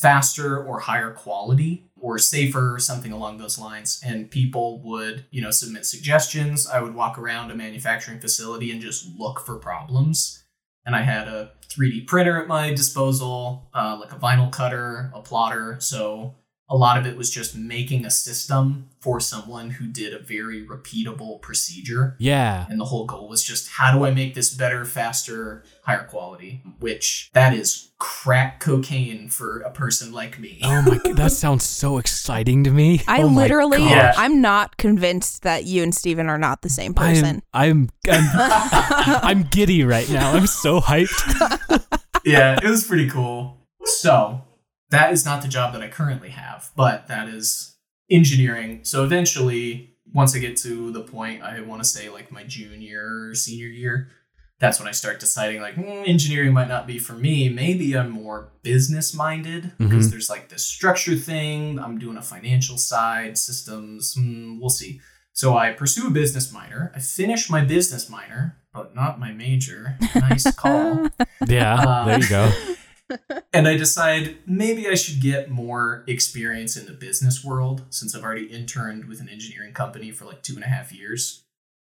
Speaker 1: faster or higher quality or safer or something along those lines and people would you know submit suggestions i would walk around a manufacturing facility and just look for problems and i had a 3d printer at my disposal uh, like a vinyl cutter a plotter so a lot of it was just making a system for someone who did a very repeatable procedure
Speaker 2: Yeah.
Speaker 1: and the whole goal was just how do I make this better, faster, higher quality? Which that is crack cocaine for a person like me.
Speaker 2: Oh
Speaker 1: [LAUGHS]
Speaker 2: my god, that sounds so exciting to me.
Speaker 3: I
Speaker 2: Oh my
Speaker 3: literally,
Speaker 2: gosh.
Speaker 1: Yeah.
Speaker 3: I'm not convinced that you and Steven are not the same
Speaker 2: I'm,
Speaker 3: person. [LAUGHS]
Speaker 2: I'm, I'm, I'm giddy right now. I'm so hyped.
Speaker 1: yeah, it was pretty cool. So that is not the job that I currently have, but that is engineering. So eventually, once I get to the point, I want to say like my junior or senior year, that's when I start deciding like "Hmm, engineering might not be for me. Maybe I'm more business minded because
Speaker 2: Mhm.
Speaker 1: there's like this structure thing. I'm doing a financial side, systems. hmm, we'll see. So I pursue a business minor. I finish my business minor, but not my major. Nice call
Speaker 2: Yeah,
Speaker 1: Uh,
Speaker 2: there you go.
Speaker 1: and I decide maybe I should get more experience in the business world since I've already interned with an engineering company for like two and a half years.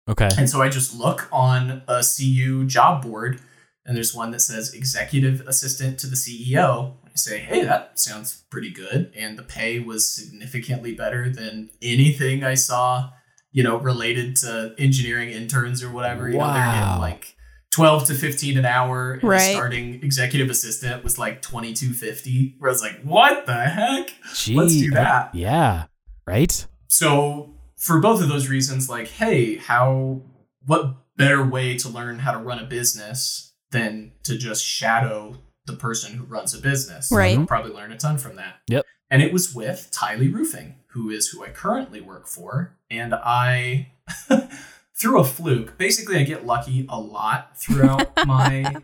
Speaker 2: Okay.
Speaker 1: And so I just look on a CU job board, and there's one that says executive assistant to the CEO. I say, hey, that sounds pretty good. And the pay was significantly better than anything I saw, you know, related to engineering interns or whatever. You know, they're
Speaker 2: Wow.
Speaker 1: getting like 12 to 15 an hour, and the
Speaker 3: Right.
Speaker 1: starting executive assistant was like 2250, where I was like, what the heck?
Speaker 2: Gee,
Speaker 1: Let's do that.
Speaker 2: Yeah. Right?
Speaker 1: so for both of those reasons like hey how what better way to learn how to run a business than to just shadow the person who runs a business
Speaker 3: Right.
Speaker 1: You'll probably learn a ton from that
Speaker 2: Yep.
Speaker 1: and it was with Tylee Roofing who is who I currently work for and I [LAUGHS] through a fluke basically I get lucky a lot throughout my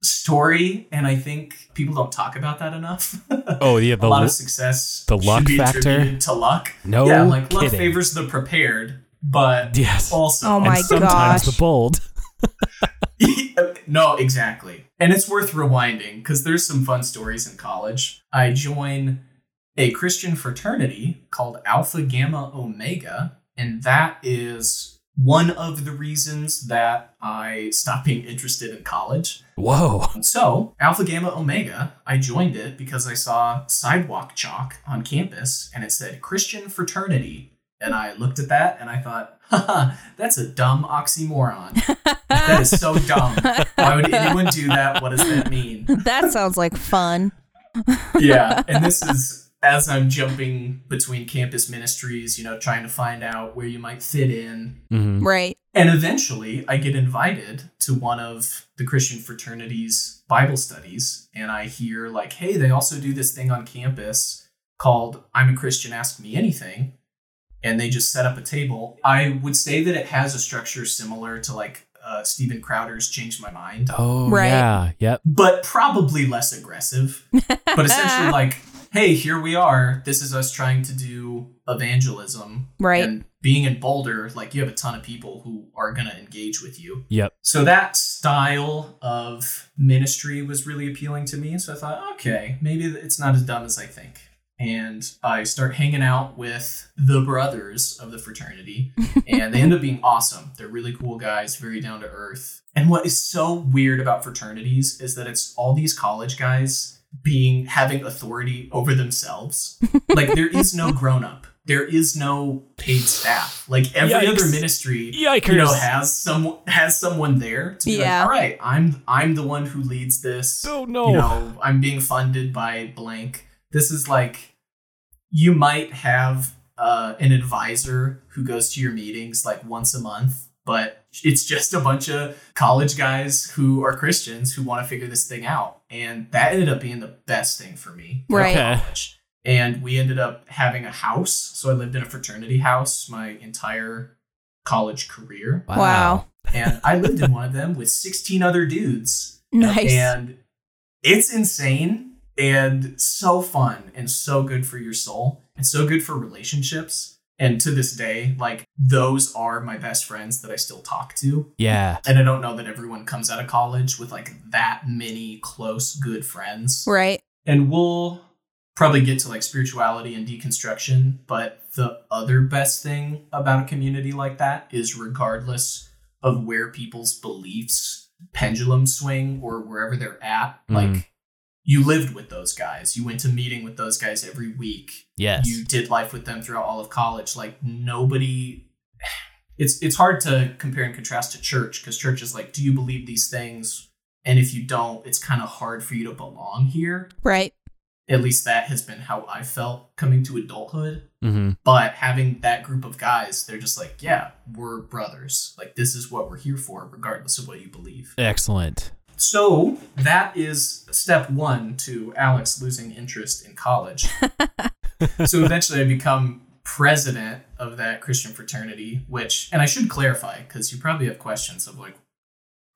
Speaker 1: story and I think people don't talk about that enough [LAUGHS]
Speaker 2: Oh, yeah. The,
Speaker 1: a lot of success
Speaker 2: the
Speaker 1: should
Speaker 2: luck
Speaker 1: be
Speaker 2: factor?
Speaker 1: attributed to luck
Speaker 2: no
Speaker 1: yeah, like luck
Speaker 2: kidding.
Speaker 1: favors the prepared, but
Speaker 2: Yes.
Speaker 1: also
Speaker 3: Oh my
Speaker 2: and sometimes
Speaker 3: gosh.
Speaker 2: the bold.
Speaker 1: [LAUGHS] no, exactly. And it's worth rewinding because there's some fun stories in college. I join a Christian fraternity called Alpha Gamma Omega, and that is one of the reasons that I stopped being interested in college.
Speaker 2: Whoa.
Speaker 1: So, Alpha Gamma Omega, I joined it because I saw sidewalk chalk on campus and it said Christian fraternity. And I looked at that and I thought, haha, that's a dumb oxymoron. That is so dumb. Why would anyone do that? What does that mean?
Speaker 3: that sounds like fun.
Speaker 1: yeah and this is as i'm jumping between campus ministries you know trying to find out where you might fit in
Speaker 2: Mm-hmm.
Speaker 3: Right.
Speaker 1: and eventually i get invited to one of the christian fraternities bible studies and i hear like hey they also do this thing on campus called i'm a christian ask me anything and they just set up a table i would say that it has a structure similar to like uh, stephen crowder's change my mind
Speaker 2: Oh,
Speaker 3: Right.
Speaker 2: yeah. Yep.
Speaker 1: but probably less aggressive. But essentially, like, hey, here we are. This is us trying to do evangelism.
Speaker 3: Right.
Speaker 1: And being in Boulder, like, you have a ton of people who are going to engage with you.
Speaker 2: Yep.
Speaker 1: So that style of ministry was really appealing to me. So I thought, okay, maybe it's not as dumb as I think. And I start hanging out with the brothers of the fraternity, and they end up being awesome. They're really cool guys, very down to earth. And what is so weird about fraternities is that it's all these college guys being having authority over themselves. like there is no grown up. There is no paid staff. Like every
Speaker 2: Yikes.
Speaker 1: other ministry
Speaker 2: Yikers.
Speaker 1: you know has some has someone there to be
Speaker 3: Yeah.
Speaker 1: like all right i'm i'm the one who leads this
Speaker 2: oh, no.
Speaker 1: you know i'm being funded by blank this is like you might have uh, an advisor who goes to your meetings like once a month but it's just a bunch of college guys who are christians who want to figure this thing out and that ended up being the best thing for me
Speaker 3: Right.
Speaker 2: Okay.
Speaker 1: college. And we ended up having a house. So I lived in a fraternity house my entire college career.
Speaker 3: Wow.
Speaker 1: and I lived in one of them with 16 other dudes.
Speaker 3: Nice.
Speaker 1: And it's insane and so fun and so good for your soul and so good for relationships. And to this day, like those are my best friends that I still talk to.
Speaker 2: Yeah.
Speaker 1: And I don't know that everyone comes out of college with like that many close, good friends
Speaker 3: right.
Speaker 1: and we'll probably get to like spirituality and deconstruction but the other best thing about a community like that is regardless of where people's beliefs pendulum swing or wherever they're at
Speaker 2: Mhm.
Speaker 1: like you lived with those guys you went to meeting with those guys every week
Speaker 2: Yes.
Speaker 1: you did life with them throughout all of college like nobody it's it's hard to compare and contrast to church because church is like do you believe these things and if you don't it's kind of hard for you to belong here
Speaker 3: Right.
Speaker 1: at least that has been how I felt coming to adulthood.
Speaker 2: mm-hmm.
Speaker 1: But having that group of guys, they're just like, yeah, we're brothers. Like, this is what we're here for, regardless of what you believe.
Speaker 2: Excellent.
Speaker 1: So, that is step one to Alex losing interest in
Speaker 2: [LAUGHS]
Speaker 1: college. so, eventually, I become president of that Christian fraternity, which, and I should clarify, because you probably have questions of like,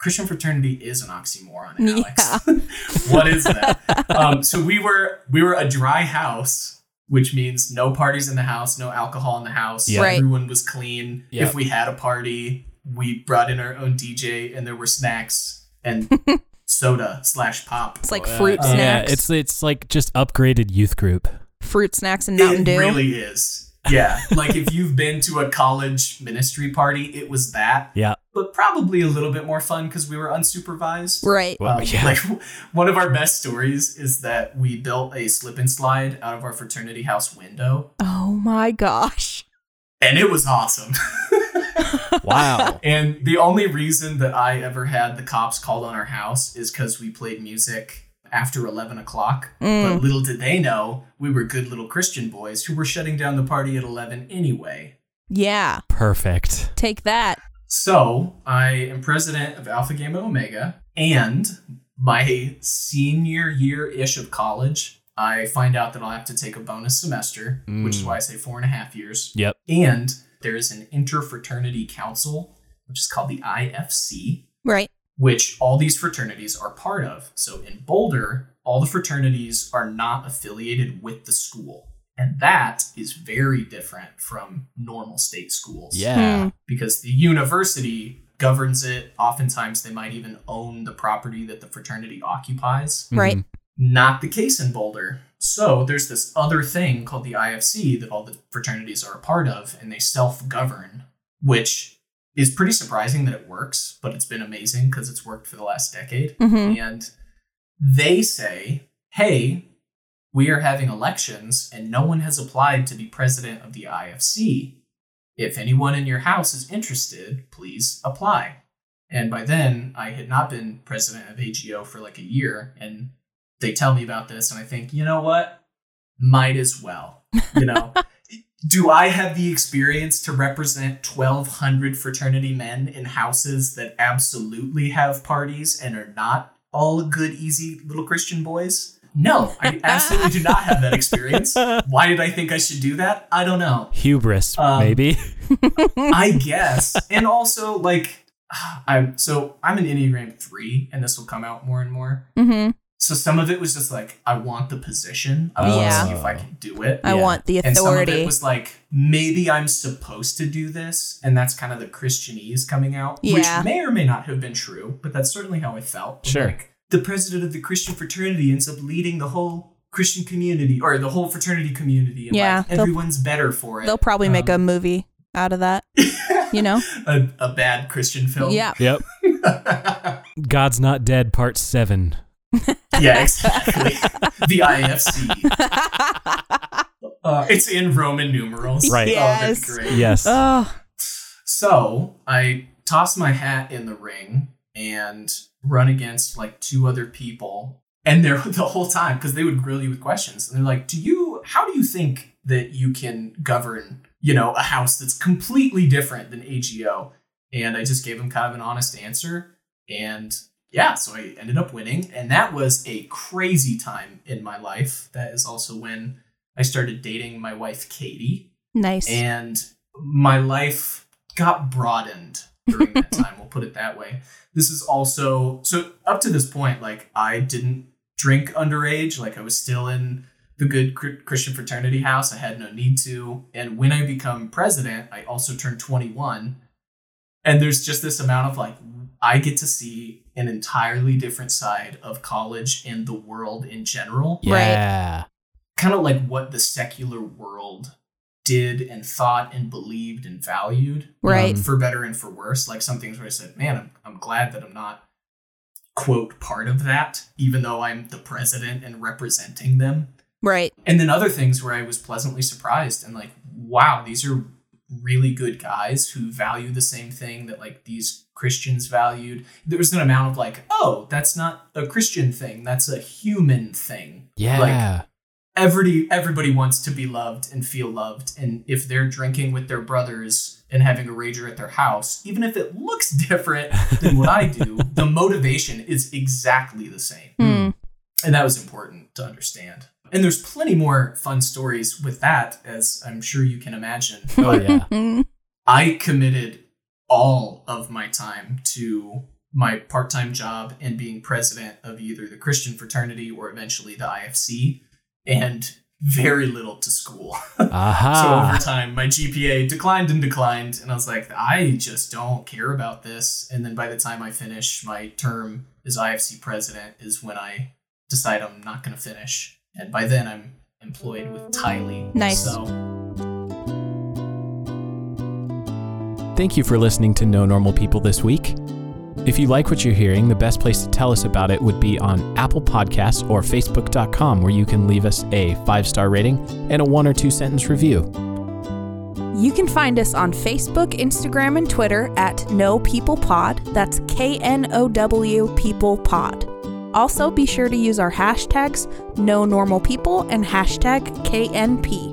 Speaker 1: Christian fraternity is an oxymoron, Alex. [LAUGHS] what is that? um, so we were we were a dry house, which means no parties in the house, no alcohol in the house.
Speaker 2: Yeah.
Speaker 3: Right.
Speaker 1: Everyone was clean.
Speaker 2: Yeah.
Speaker 1: If we had a party, we brought in our own DJ, and there were snacks and soda slash pop.
Speaker 3: It's like fruit
Speaker 1: uh,
Speaker 3: snacks.
Speaker 2: Yeah, it's it's like just upgraded youth group.
Speaker 3: fruit snacks and Mountain
Speaker 1: it
Speaker 3: Dew.
Speaker 1: really is.
Speaker 3: [LAUGHS]
Speaker 1: Yeah, like if you've been to a college ministry party, it was that,
Speaker 2: Yeah.
Speaker 1: but probably a little bit more fun because we were unsupervised.
Speaker 3: right.
Speaker 2: Well, [LAUGHS]
Speaker 1: Um,
Speaker 2: yeah.
Speaker 3: [LAUGHS]
Speaker 1: Like [LAUGHS] one of our best stories is that we built a slip and slide out of our fraternity house window,
Speaker 3: Oh my gosh.
Speaker 1: and it was awesome. [LAUGHS]
Speaker 2: wow.
Speaker 1: and the only reason that I ever had the cops called on our house is because we played music after eleven o'clock.
Speaker 3: Mm.
Speaker 1: But little did they know we were good little Christian boys who were shutting down the party at eleven anyway.
Speaker 3: Yeah.
Speaker 2: Perfect.
Speaker 3: Take that.
Speaker 1: So I am president of Alpha Gamma Omega, and my senior year ish of college, I find out that I'll have to take a bonus semester, which is
Speaker 2: Mm.
Speaker 1: why I say four and a half years.
Speaker 2: Yep.
Speaker 1: And there is an interfraternity council, which is called the IFC,
Speaker 3: Right.
Speaker 1: which all these fraternities are part of. So in Boulder, all the fraternities are not affiliated with the school. And that is very different from normal state
Speaker 2: Hmm.
Speaker 1: schools
Speaker 2: Yeah.
Speaker 1: because the university governs it. Oftentimes, they might even own the property that the fraternity occupies.
Speaker 3: Hmm. Right.
Speaker 2: Mhm.
Speaker 1: Not the case in Boulder. So, there's this other thing called the IFC that all the fraternities are a part of, and they self govern, which is pretty surprising that it works, but it's been amazing because it's worked for the last decade.
Speaker 3: Mm-hmm.
Speaker 1: And they say, hey, we are having elections and no one has applied to be president of the IFC. If anyone in your house is interested, please apply. And by then, I had not been president of AGO for like a year. And they tell me about this, and I think, you know what? Might as well. You know, do I have the experience to represent 1,200 fraternity men in houses that absolutely have parties and are not all good, easy little Christian boys? No, I absolutely do not have that experience. Why did I think I should do that? I don't know.
Speaker 2: Hubris, [LAUGHS]
Speaker 1: Um,
Speaker 2: maybe.
Speaker 1: I guess. And also, like, [SIGHS] I'm so I'm an Enneagram three, and this will come out more and more.
Speaker 3: Mm-hmm.
Speaker 1: So some of it was just like, I want the position. I want
Speaker 3: Yeah.
Speaker 1: to see if I can do it.
Speaker 3: I
Speaker 2: Yeah.
Speaker 3: want the
Speaker 1: And some of it
Speaker 3: authority.
Speaker 1: was like, maybe I'm supposed to do this, and that's kind of the Christianese coming out,
Speaker 3: Yeah.
Speaker 1: which may or may not have been true, but that's certainly how I felt.
Speaker 2: Sure.
Speaker 1: Like, the president of the Christian fraternity ends up leading the whole Christian community or the whole fraternity community, and
Speaker 3: Yeah,
Speaker 1: like,
Speaker 3: they'll-
Speaker 1: everyone's better for it. Um,
Speaker 3: They'll probably make a movie out of that.
Speaker 1: [LAUGHS]
Speaker 3: you know?
Speaker 1: a, a bad Christian film. [LAUGHS]
Speaker 3: Yeah.
Speaker 2: yep. God's Not Dead, Part 7.
Speaker 1: yeah, exactly. the IFC. Uh, it's in Roman numerals.
Speaker 2: Right.
Speaker 1: Oh, that'd
Speaker 3: Yes.
Speaker 1: be great.
Speaker 2: Yes.
Speaker 3: Oh.
Speaker 1: So I toss my hat in the ring and run against like two other people. And they're [LAUGHS] the whole time, because they would grill you with questions. And they're like, Do you, how do you think that you can govern, you know, a house that's completely different than AGO? And I just gave them kind of an honest answer. And yeah, so I ended up winning. And that was a crazy time in my life. That is also when I started dating my wife, Katie
Speaker 3: Nice.
Speaker 1: and my life got broadened during that time. We'll put it that way. This is also so up to this point, like I didn't drink underage. Like I was still in the good Chr- Christian fraternity house. I had no need to. And when I become president, I also turn 21. And there's just this amount of like, I get to see an entirely different side of college and the world in general.
Speaker 2: Yeah.
Speaker 1: Kind of like what the secular world did and thought and believed and valued um,
Speaker 3: Right.
Speaker 1: for better and for worse. Like some things where I said, man, I'm, I'm glad that I'm not, quote, part of that, even though I'm the president and representing them.
Speaker 3: Right.
Speaker 1: And then other things where I was pleasantly surprised and like, wow, these are really good guys who value the same thing that like these Christians valued. There was an amount of like, oh, that's not a Christian thing, that's a human thing.
Speaker 2: Yeah.
Speaker 1: Like, everybody everybody wants to be loved and feel loved and if they're drinking with their brothers and having a rager at their house even if it looks [LAUGHS] different than what i do the motivation is exactly the same
Speaker 3: Hmm.
Speaker 1: and that was important to understand and there's plenty more fun stories with that as i'm sure you can imagine
Speaker 2: oh [LAUGHS]
Speaker 1: but
Speaker 2: yeah.
Speaker 3: Mm.
Speaker 1: i committed all of my time to my part-time job and being president of either the christian fraternity or eventually the ifc and very little to school [LAUGHS] so
Speaker 2: Aha.
Speaker 1: over time, my GPA declined and declined, and I was like, I just don't care about this. And then by the time I finish my term as IFC president, is when I decide I'm not going to finish. And by then, I'm employed with Tylee.
Speaker 3: Nice.
Speaker 1: So
Speaker 2: Thank you for listening to No Normal People this week. If you like what you're hearing, the best place to tell us about it would be on Apple Podcasts or Facebook.com, where you can leave us a five star rating and a one or two sentence review.
Speaker 3: You can find us on Facebook, Instagram, and Twitter at No People Pod. That's K N O W People Pod. Also, be sure to use our hashtags No Normal People and hashtag KNP.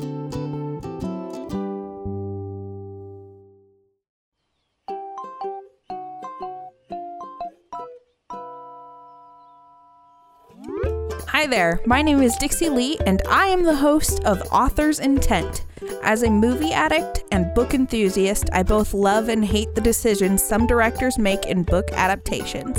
Speaker 3: Hi there, my name is Dixie Lee, and I am the host of Author's Intent. As a movie addict and book enthusiast, I both love and hate the decisions some directors make in book adaptations.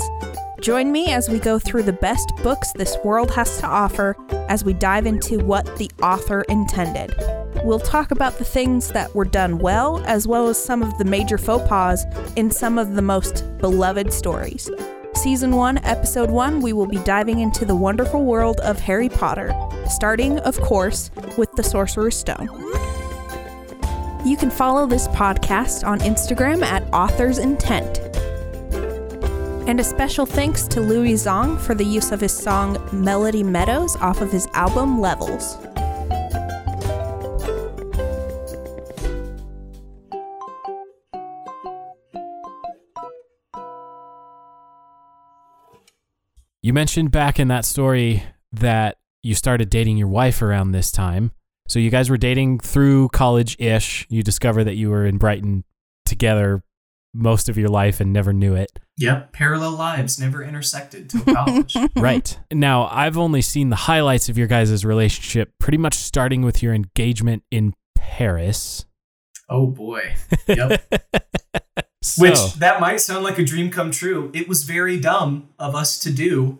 Speaker 3: Join me as we go through the best books this world has to offer as we dive into what the author intended. We'll talk about the things that were done well, as well as some of the major faux pas in some of the most beloved stories. Season 1, Episode 1, we will be diving into the wonderful world of Harry Potter, starting, of course, with the Sorcerer's Stone. You can follow this podcast on Instagram at Author's Intent. And a special thanks to Louis Zong for the use of his song Melody Meadows off of his album Levels.
Speaker 2: You mentioned back in that story that you started dating your wife around this time. So you guys were dating through college ish. You discover that you were in Brighton together most of your life and never knew it.
Speaker 1: yep, parallel lives never intersected till college.
Speaker 2: Right. Now, I've only seen the highlights of your guys' relationship, pretty much starting with your engagement in Paris.
Speaker 1: oh boy. Yep.
Speaker 2: [LAUGHS] So,
Speaker 1: Which that might sound like a dream come true. It was very dumb of us to do.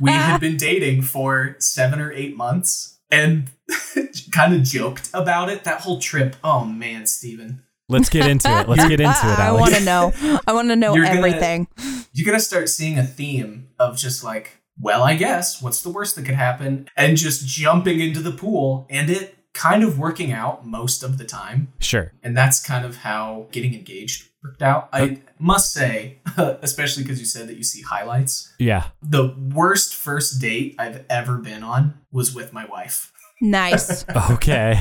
Speaker 1: we had been dating for seven or eight months and [LAUGHS] kind of joked about it. That whole trip. Oh man, Steven.
Speaker 2: let's get into it. Let's get into it,
Speaker 3: I
Speaker 2: Alex.
Speaker 1: [LAUGHS]
Speaker 3: want to know. I want to know
Speaker 1: You're gonna-
Speaker 3: everything.
Speaker 1: You're gonna start seeing a theme of just like, well, I guess, what's the worst that could happen? And just jumping into the pool and it kind of working out most of the time.
Speaker 2: Sure.
Speaker 1: And that's kind of how getting engaged worked out. I must say, [LAUGHS] especially because you said that you see highlights,
Speaker 2: Yeah.
Speaker 1: the worst first date I've ever been on was with my wife. [LAUGHS]
Speaker 3: Nice.
Speaker 2: Okay.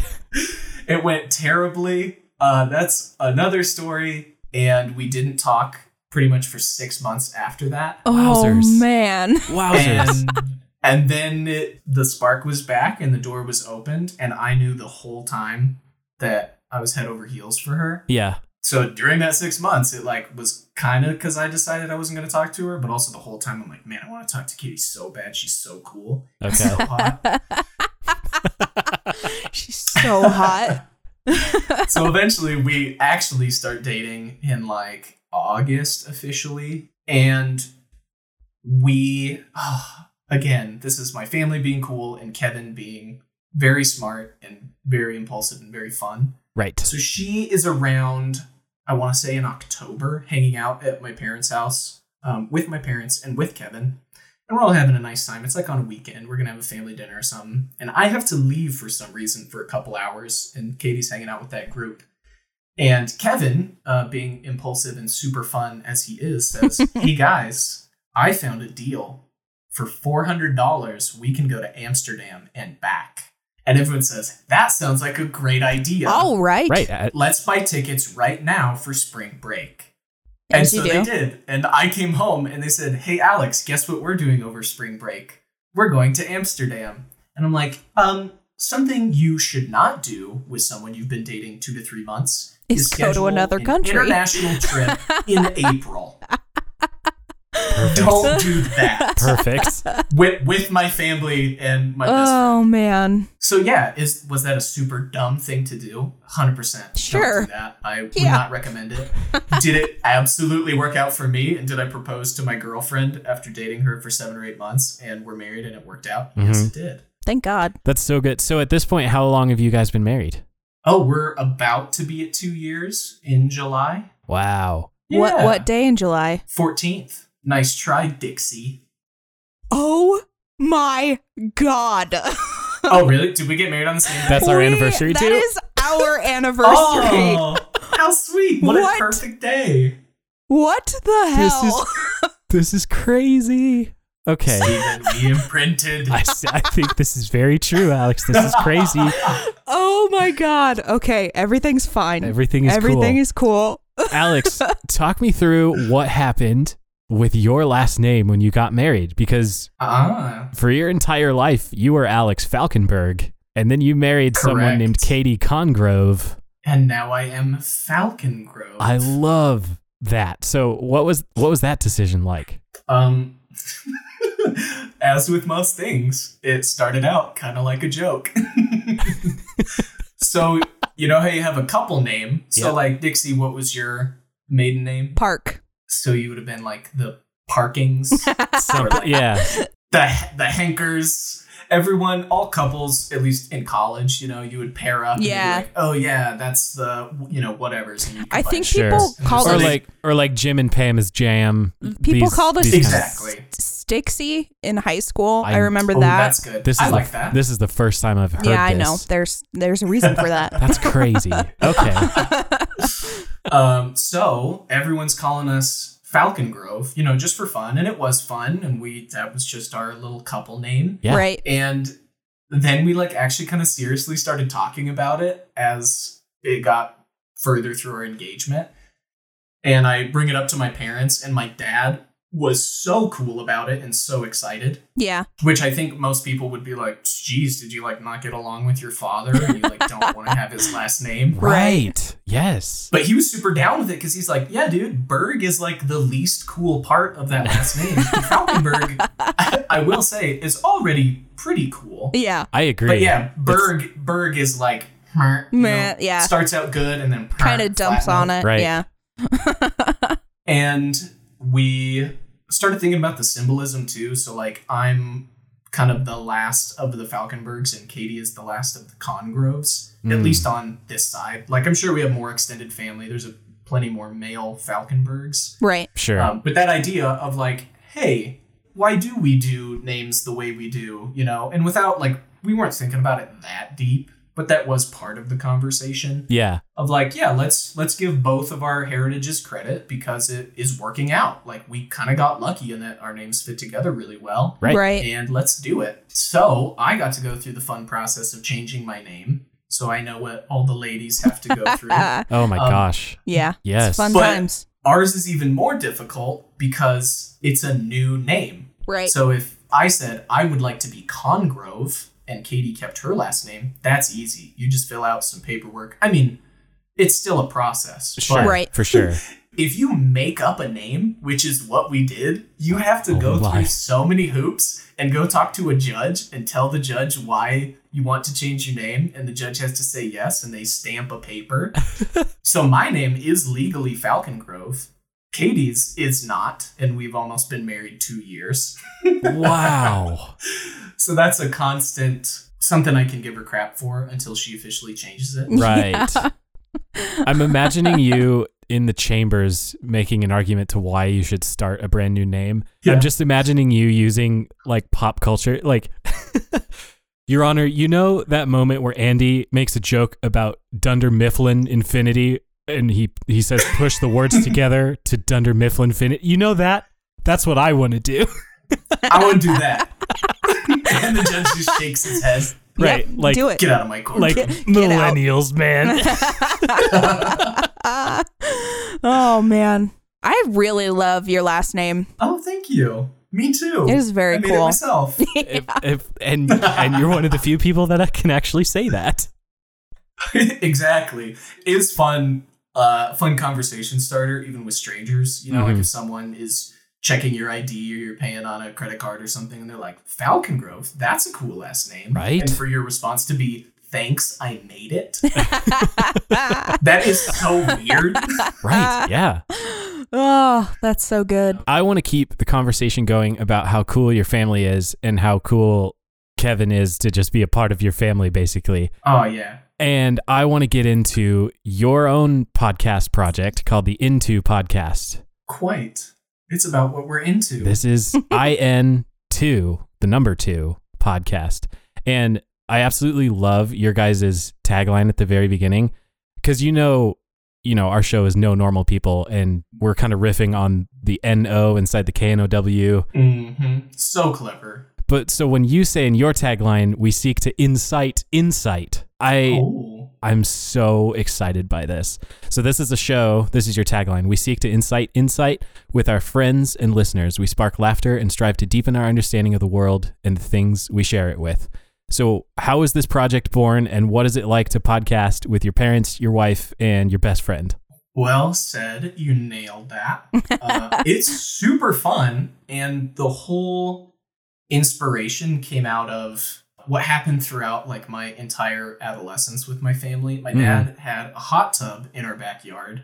Speaker 1: it went terribly. Uh, that's another story. And we didn't talk pretty much for six months after that.
Speaker 3: Oh
Speaker 2: Wowzers.
Speaker 3: man. [LAUGHS]
Speaker 2: Wowzers.
Speaker 1: And, [LAUGHS] and then it, the spark was back and the door was opened. And I knew the whole time that I was head over heels for her.
Speaker 2: yeah.
Speaker 1: So during that six months, it like was kind of because I decided I wasn't going to talk to her, but also the whole time I'm like, man, I want to talk to Katie so bad. She's so cool.
Speaker 3: [LAUGHS]
Speaker 2: Okay.
Speaker 1: So hot.
Speaker 3: She's so hot.
Speaker 1: [LAUGHS] so eventually we actually start dating in like August officially. And we, ah, again, this is my family being cool and Kevin being very smart and very impulsive and very fun.
Speaker 2: Right.
Speaker 1: So she is around, I want to say in October, hanging out at my parents' house um, with my parents and with Kevin. And we're all having a nice time. It's like on a weekend. We're going to have a family dinner or something. And I have to leave for some reason for a couple hours. And Katie's hanging out with that group. And Kevin, uh, being impulsive and super fun as he is, says, Hey guys, I found a deal. For $400, we can go to Amsterdam and back. And everyone says, That sounds like a great idea.
Speaker 3: All right.
Speaker 2: Right. uh,
Speaker 1: Let's buy tickets right now for spring break.
Speaker 3: Yes,
Speaker 1: and so
Speaker 3: you
Speaker 1: they
Speaker 3: do.
Speaker 1: did. And I came home and they said, Hey, Alex, guess what we're doing over spring break? We're going to Amsterdam. And I'm like, um, something you should not do with someone you've been dating two to three months
Speaker 3: Is go to
Speaker 1: schedule
Speaker 3: another
Speaker 1: an
Speaker 3: country."
Speaker 1: International trip
Speaker 3: [LAUGHS]
Speaker 1: in April. Don't
Speaker 3: [LAUGHS]
Speaker 1: do that
Speaker 2: Uh, Perfect.
Speaker 1: with, with my family and my best friend.
Speaker 3: Oh man.
Speaker 1: So yeah, is was that a super dumb thing to do? Hundred percent.
Speaker 3: Sure.
Speaker 1: do that. I would
Speaker 3: Yeah.
Speaker 1: not recommend it. did it absolutely work out for me? And did I propose to my girlfriend after dating her for seven or eight months and we're married and it worked out? Yes,
Speaker 2: Mm-hmm.
Speaker 1: it did.
Speaker 3: Thank God.
Speaker 2: That's so good. So at this point, how long have you guys been married?
Speaker 1: Oh, we're about to be at two years in July.
Speaker 2: Wow.
Speaker 3: What what day in July?
Speaker 1: Fourteenth. Nice try, Dixie.
Speaker 3: [LAUGHS] Oh my God.
Speaker 1: Oh, really? Did we get married on the same day?
Speaker 2: That's our
Speaker 3: We-
Speaker 2: anniversary too.
Speaker 3: That is [LAUGHS] our anniversary.
Speaker 1: Oh, how sweet! What,
Speaker 3: What?
Speaker 1: a perfect day.
Speaker 3: What the
Speaker 2: This
Speaker 3: hell?
Speaker 2: is- this is crazy. Okay.
Speaker 1: [LAUGHS] Even we imprinted.
Speaker 2: I, s- I think this is very true, Alex. This is crazy.
Speaker 3: oh my God. Okay, everything's fine.
Speaker 2: Everything is
Speaker 3: Everything
Speaker 2: cool.
Speaker 3: is cool.
Speaker 2: Alex, talk me through what happened with your last name when you got married because
Speaker 1: ah.
Speaker 2: for your entire life you were Alex Falkenberg and then you married someone
Speaker 1: Correct.
Speaker 2: named Katie Congrove.
Speaker 1: And now I am Falcon Grove.
Speaker 2: I love that. So what was what was that decision like?
Speaker 1: um, [LAUGHS] as with most things, it started out kind of like
Speaker 2: [LAUGHS]
Speaker 1: a joke. so you know how you have a couple name. So
Speaker 2: Yeah.
Speaker 1: like Dixie, what was your maiden name?
Speaker 3: Park.
Speaker 1: So you would have been like the
Speaker 2: [LAUGHS]
Speaker 1: Parkings, [LAUGHS]
Speaker 2: Some- yeah.
Speaker 1: the the Hankers. Everyone, all couples, at least in college, you know, you would pair up. and they'd be
Speaker 3: Yeah.
Speaker 1: like, oh yeah, that's the you know whatever's. And you
Speaker 3: I
Speaker 1: combine
Speaker 3: think
Speaker 1: it.
Speaker 2: Sure.
Speaker 3: people call
Speaker 1: Or
Speaker 2: Or
Speaker 3: us
Speaker 2: like or like Jim and Pam is jam.
Speaker 3: people
Speaker 2: These-
Speaker 3: called us
Speaker 2: these kinds of-
Speaker 1: Exactly.
Speaker 3: Stixy in high school. I,
Speaker 2: I'm-
Speaker 3: remember
Speaker 1: Oh,
Speaker 3: that.
Speaker 1: that's good.
Speaker 2: This is
Speaker 1: I
Speaker 2: the-
Speaker 1: like that.
Speaker 2: This is the first time I've heard
Speaker 3: yeah, I
Speaker 2: this.
Speaker 3: know. There's there's a reason for that.
Speaker 2: That's
Speaker 1: [LAUGHS]
Speaker 2: crazy. Okay.
Speaker 1: um, so everyone's calling us Falcon Grove, you know, just for fun, and it was fun, and we that was just our little couple name.
Speaker 2: [LAUGHS] Yeah.
Speaker 3: Right.
Speaker 1: And then we like actually kind of seriously started talking about it as it got further through our engagement. And I bring it up to my parents, and my dad was so cool about it and so excited
Speaker 3: Yeah.
Speaker 1: which I think most people would be like, "Geez, did you like not get along with your father? And you like don't want to have his last name?"
Speaker 2: Right. Yes.
Speaker 1: But he was super down with it because he's like, "Yeah, dude, Berg is like the least cool part of that
Speaker 3: [LAUGHS]
Speaker 1: last name. And Falkenberg, I, I will say, is already pretty cool.
Speaker 3: Yeah.
Speaker 2: I agree.
Speaker 1: But yeah, Berg, Berg is like." you
Speaker 3: Meh,
Speaker 1: know,
Speaker 3: yeah.
Speaker 1: starts out good and then
Speaker 3: Kind of dumps on it.
Speaker 2: Right.
Speaker 3: Yeah.
Speaker 1: and we started thinking about the symbolism too so like i'm kind of the last of the falconbergs and katie is the last of the congroves at
Speaker 2: Mm.
Speaker 1: least on this side like i'm sure we have more extended family there's a plenty more male falconbergs
Speaker 3: Right.
Speaker 2: Sure.
Speaker 1: um, but that idea of like hey why do we do names the way we do you know and without like we weren't thinking about it that deep but that was part of the conversation
Speaker 2: yeah.
Speaker 1: of like yeah let's let's give both of our heritages credit because it is working out like we kind of got lucky in that our names fit together really well
Speaker 2: Right.
Speaker 3: Right.
Speaker 1: and let's do it so i got to go through the fun process of changing my name so i know what all the ladies have to go through
Speaker 3: Uh,
Speaker 2: Oh my
Speaker 1: um,
Speaker 2: gosh.
Speaker 3: yeah.
Speaker 2: Yes.
Speaker 3: It's fun
Speaker 1: But-
Speaker 3: times.
Speaker 1: ours is even more difficult because it's a new name
Speaker 3: Right.
Speaker 1: so if i said i would like to be congrove and katie kept her last name that's easy you just fill out some paperwork i mean it's still a process
Speaker 2: Sure.
Speaker 1: but-
Speaker 3: Right.
Speaker 2: For sure.
Speaker 1: if you make up a name, which is what we did, you have to
Speaker 2: Oh
Speaker 1: go
Speaker 2: my.
Speaker 1: through so many hoops and go talk to a judge and tell the judge why you want to change your name. And the judge has to
Speaker 2: [LAUGHS]
Speaker 1: say yes and they stamp a paper. so my name is legally Falcon Grove. Katie's is not, and we've almost been married two years.
Speaker 3: [LAUGHS]
Speaker 2: Wow.
Speaker 1: So that's a constant something I can give her crap for until she officially changes it.
Speaker 2: Right. I'm imagining you in the chambers making an argument to why you should start a brand new name.
Speaker 1: Yeah.
Speaker 2: I'm just imagining you using like pop culture, like [LAUGHS] Your Honor, you know that moment where Andy makes a joke about Dunder Mifflin Infinity, and he he says push the
Speaker 1: [LAUGHS]
Speaker 2: words together to Dunder Mifflin Infinity. You know that? That's what I want to do. [LAUGHS]
Speaker 1: I would do that. [LAUGHS] and the judge just shakes his head.
Speaker 2: Right, like-
Speaker 3: do it.
Speaker 1: Get out of my
Speaker 2: [LAUGHS]
Speaker 1: court.
Speaker 2: Like
Speaker 3: get out.
Speaker 2: millennials,
Speaker 3: [LAUGHS]
Speaker 2: man.
Speaker 3: [LAUGHS] oh man, I really love your last name.
Speaker 1: oh, thank you. Me too.
Speaker 3: It is very
Speaker 1: I made it
Speaker 3: cool.
Speaker 1: myself.
Speaker 2: if, if, and and you're one of the few people that I can actually say that.
Speaker 1: [LAUGHS] exactly. It's fun, uh, fun conversation starter, even with strangers. You know,
Speaker 2: Mm-hmm.
Speaker 1: like if someone is checking your ID or you're paying on a credit card or something, and they're like, Falcon Grove, that's a cool last name.
Speaker 2: Right.
Speaker 1: And for your response to be, thanks, I
Speaker 2: [LAUGHS]
Speaker 1: made it. [LAUGHS] that is so weird.
Speaker 3: Uh.
Speaker 2: Right? Yeah.
Speaker 3: Oh, that's so good.
Speaker 2: I want to keep the conversation going about how cool your family is and how cool Kevin is to just be a part of your family, basically.
Speaker 1: oh, yeah.
Speaker 2: And I want to get into your own podcast project called the Into Podcast.
Speaker 1: Quite. It's about what we're into.
Speaker 2: This is IN2, the number two podcast. And I absolutely love your guys' tagline at the very beginning because you know, you know, our show is no normal people and we're kind of riffing on the NO inside the KNOW.
Speaker 1: hmm So clever.
Speaker 2: But so when you say in your tagline, we seek to incite insight, I
Speaker 1: Oh.
Speaker 2: I'm so excited by this. So this is a show, this is your tagline. We seek to incite insight with our friends and listeners. We spark laughter and strive to deepen our understanding of the world and the things we share it with. So how is this project born and what is it like to podcast with your parents, your wife, and your best
Speaker 3: [LAUGHS]
Speaker 2: friend?
Speaker 1: Well said. You nailed that. Uh, it's super fun. And the whole inspiration came out of what happened throughout like my entire adolescence with my family. My
Speaker 2: Mhm.
Speaker 1: dad had a hot tub in our backyard.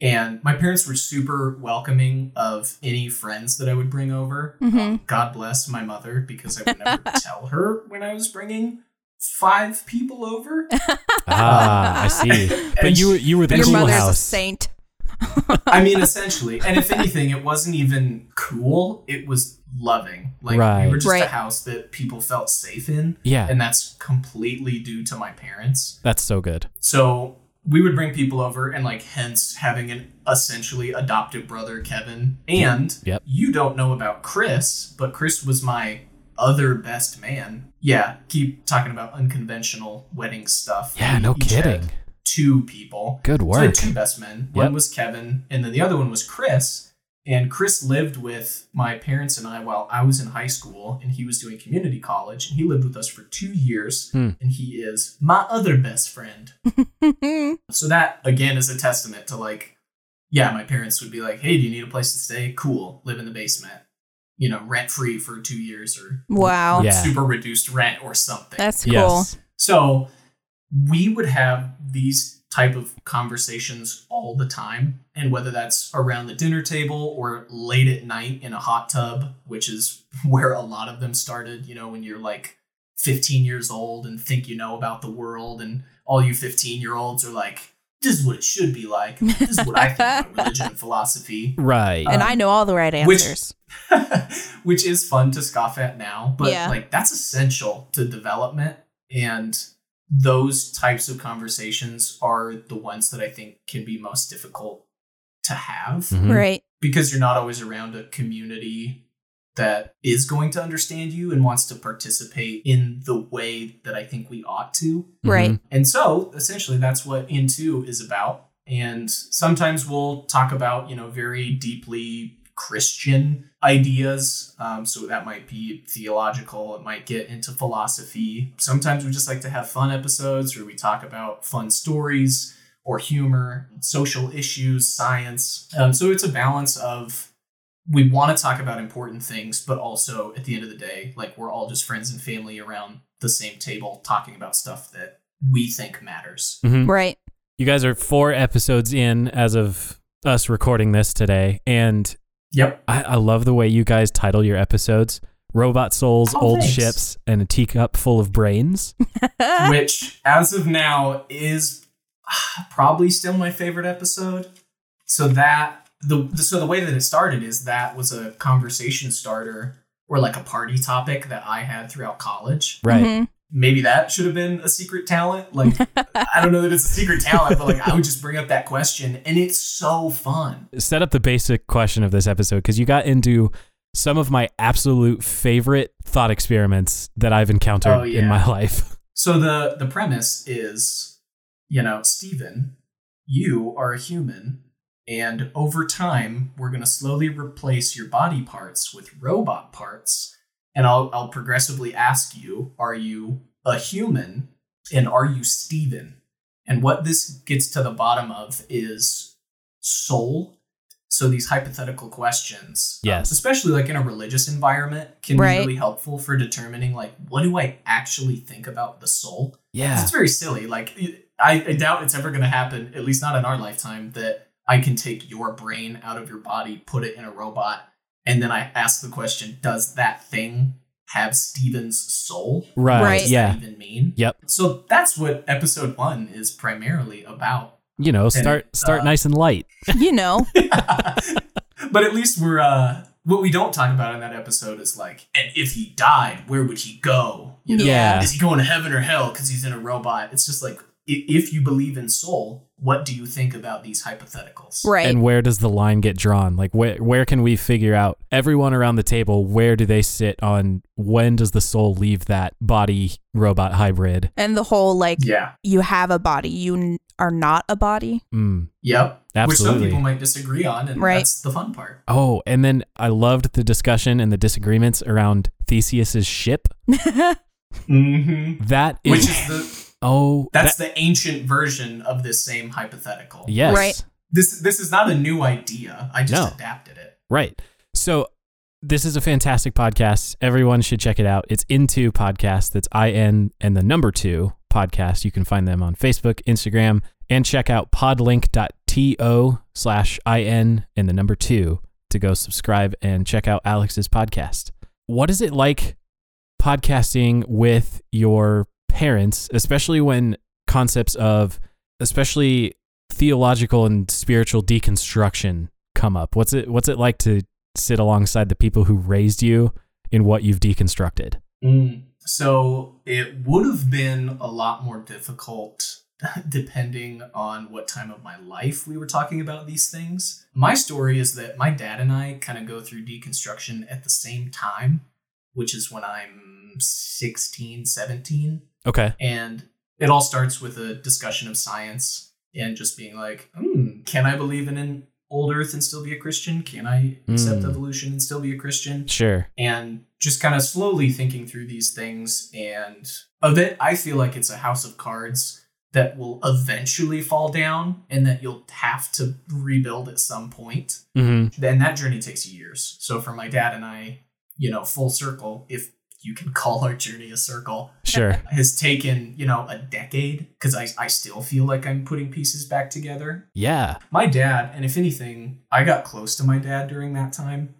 Speaker 1: And my parents were super welcoming of any friends that I would bring over. Um,
Speaker 3: Mhm.
Speaker 1: God bless my mother because I would never tell her when I was bringing five people over.
Speaker 2: ah, I see. But
Speaker 1: And
Speaker 2: you were you were the
Speaker 1: and
Speaker 3: Your
Speaker 2: cool
Speaker 3: mother's a
Speaker 2: house.
Speaker 3: [LAUGHS] saint.
Speaker 1: I mean, essentially. And if anything, it wasn't even cool. It was loving. Like we
Speaker 2: Right.
Speaker 1: were just a
Speaker 3: Right.
Speaker 1: house that people felt safe in,
Speaker 2: Yeah,
Speaker 1: and that's completely due to my parents.
Speaker 2: that's so good.
Speaker 1: So we would bring people over, and like hence having an essentially adoptive brother, Kevin. And
Speaker 2: Yep.
Speaker 1: you don't know about Chris, but Chris was my other best man. Yeah, keep talking about unconventional wedding stuff.
Speaker 2: Yeah,
Speaker 1: We
Speaker 2: no
Speaker 1: each had
Speaker 2: kidding.
Speaker 1: Two people.
Speaker 2: Good
Speaker 1: So I had
Speaker 2: work.
Speaker 1: two best men. One
Speaker 2: Yep.
Speaker 1: was Kevin, and then the other one was Chris. And Chris lived with my parents and I while I was in high school, and he was doing community college, and he lived with us for two years.
Speaker 2: Hmm.
Speaker 1: And he is my other best friend.
Speaker 3: Mhm.
Speaker 1: So that again is a testament to like, yeah, my parents would be like, "Hey, do you need a place to stay? Cool, live in the basement, you know, rent free for two years or
Speaker 3: wow,
Speaker 2: Yeah.
Speaker 1: super reduced rent or something."
Speaker 3: that's cool.
Speaker 2: Yes.
Speaker 1: So we would have these type of conversations all the time and whether that's around the dinner table or late at night in a hot tub which is [LAUGHS] where a lot of them started you know when you're like 15 years old and think you know about the world and all you 15 year olds are like this is what it should be like this is what i think about religion and philosophy
Speaker 2: Right.
Speaker 3: And I know all the right
Speaker 1: which-
Speaker 3: answers.
Speaker 1: [LAUGHS] which is fun to scoff at now, but
Speaker 3: Yeah.
Speaker 1: like that's essential to development and those types of conversations are the ones that I think can be most difficult to have
Speaker 2: Mhm.
Speaker 3: Right.
Speaker 1: because you're not always around a community that is going to understand you and wants to participate in the way that I think we ought to.
Speaker 3: Right.
Speaker 2: Mhm.
Speaker 1: And so essentially that's what Into is about. And sometimes we'll talk about, you know, very deeply Christian ideas. Um, so that might be theological, it might get into philosophy. Sometimes we just like to have fun episodes where we talk about fun stories or humor, social issues, science. Um, so it's a balance of we want to talk about important things, but also at the end of the day, like we're all just friends and family around the same table talking about stuff that we think matters.
Speaker 2: Mhm.
Speaker 3: Right.
Speaker 2: You guys are four episodes in as of us recording this today, and [LAUGHS]
Speaker 1: Yep.
Speaker 2: I, I love the way you guys title your episodes: "Robot Souls,
Speaker 1: Oh,
Speaker 2: Old
Speaker 1: thanks.
Speaker 2: Ships, and a Teacup Full of Brains."
Speaker 1: Which, as of now, is ah, probably still my favorite episode. So that the so the way that it started is that was a conversation starter or like a party topic that I had throughout college.
Speaker 2: Right.
Speaker 3: Mhm.
Speaker 1: Maybe that should have been a secret talent. Like I don't know that it's a secret talent, but like I would just bring up that question, and it's so fun.
Speaker 2: set up the basic question of this episode because you got into some of my absolute favorite thought experiments that I've encountered
Speaker 1: Oh, yeah.
Speaker 2: in my life.
Speaker 1: So the the premise is, you know, Stephen, you are a human, and over time we're gonna slowly replace your body parts with robot parts, and I'll I'll progressively ask you, are you a human and are you Stephen? And what this gets to the bottom of is soul. So these hypothetical questions, um,
Speaker 2: Yes.
Speaker 1: especially like in a religious environment, can
Speaker 3: Right.
Speaker 1: be really helpful for determining like what do I actually think about the soul. 'Cause
Speaker 2: Yeah.
Speaker 1: It's very silly. Like I, I doubt it's ever going to happen, at least not in our lifetime, that I can take your brain out of your body, put it in a robot, and then I ask the question: Does that thing have Steven's soul?
Speaker 2: Right.
Speaker 3: Right.
Speaker 2: Yeah.
Speaker 1: What does that even mean?
Speaker 2: Yep.
Speaker 1: So that's what episode one is primarily
Speaker 2: [LAUGHS]
Speaker 1: about.
Speaker 2: You know, start
Speaker 1: it,
Speaker 2: start
Speaker 1: uh,
Speaker 2: nice [LAUGHS] and light.
Speaker 3: You know,
Speaker 1: but at least we're uh what we don't talk about in that episode is like, and if he died, where would he go? You know,
Speaker 2: Yeah.
Speaker 1: is he going to heaven or hell because he's in a robot? It's just like i- if you believe in soul, what do you think about these hypotheticals?
Speaker 3: right.
Speaker 2: And where does the line get drawn? Like where where can we figure out everyone around the table where do they sit on when does the soul leave that body robot hybrid?
Speaker 3: and the whole like
Speaker 1: Yeah.
Speaker 3: you have a body, you n- are not a body.
Speaker 2: Mm.
Speaker 1: Yep. Which some
Speaker 2: Absolutely.
Speaker 1: people might disagree on, and
Speaker 3: Right.
Speaker 1: that's the fun part.
Speaker 2: Oh, and then I loved the discussion and the disagreements around Theseus's ship.
Speaker 1: Mm-hmm.
Speaker 2: That is,
Speaker 1: Which is the
Speaker 2: oh
Speaker 1: that's the ancient version of this same hypothetical.
Speaker 2: Yes.
Speaker 3: Right.
Speaker 1: This this is not a new idea. I just
Speaker 2: No.
Speaker 1: adapted it.
Speaker 2: Right. So this is a fantastic podcast. Everyone should check it out. It's Into Podcast. That's I N and the number two podcast. You can find them on Facebook, Instagram, and check out podlink.to slash I N and the number two to go subscribe and check out Alex's podcast. What is it like podcasting with your parents, especially when concepts of, especially theological and spiritual deconstruction come up? What's it what's it like to sit alongside the people who raised you in what you've deconstructed?
Speaker 1: Mm. So it would have been a lot more difficult [LAUGHS] depending on what time of my life we were talking about these things. My story is that my dad and I kind of go through deconstruction at the same time, which is when I'm 16, 17.
Speaker 2: Okay.
Speaker 1: And it all starts with a discussion of science and just being like, hmm, can I believe in an old earth and still be a Christian? Can I accept
Speaker 2: Mm.
Speaker 1: evolution and still be a Christian?
Speaker 2: Sure.
Speaker 1: and just kind of slowly thinking through these things and of it i feel like it's a house of cards that will eventually fall down and that you'll have to rebuild at some point
Speaker 2: Mm-hmm.
Speaker 1: and that journey takes years so for my dad and i you know full circle if you can call our journey a circle
Speaker 2: Sure.
Speaker 1: has taken you know a decade because I, I still feel like i'm putting pieces back together
Speaker 2: [LAUGHS] Yeah.
Speaker 1: my dad, and if anything, I got close to my dad during that time.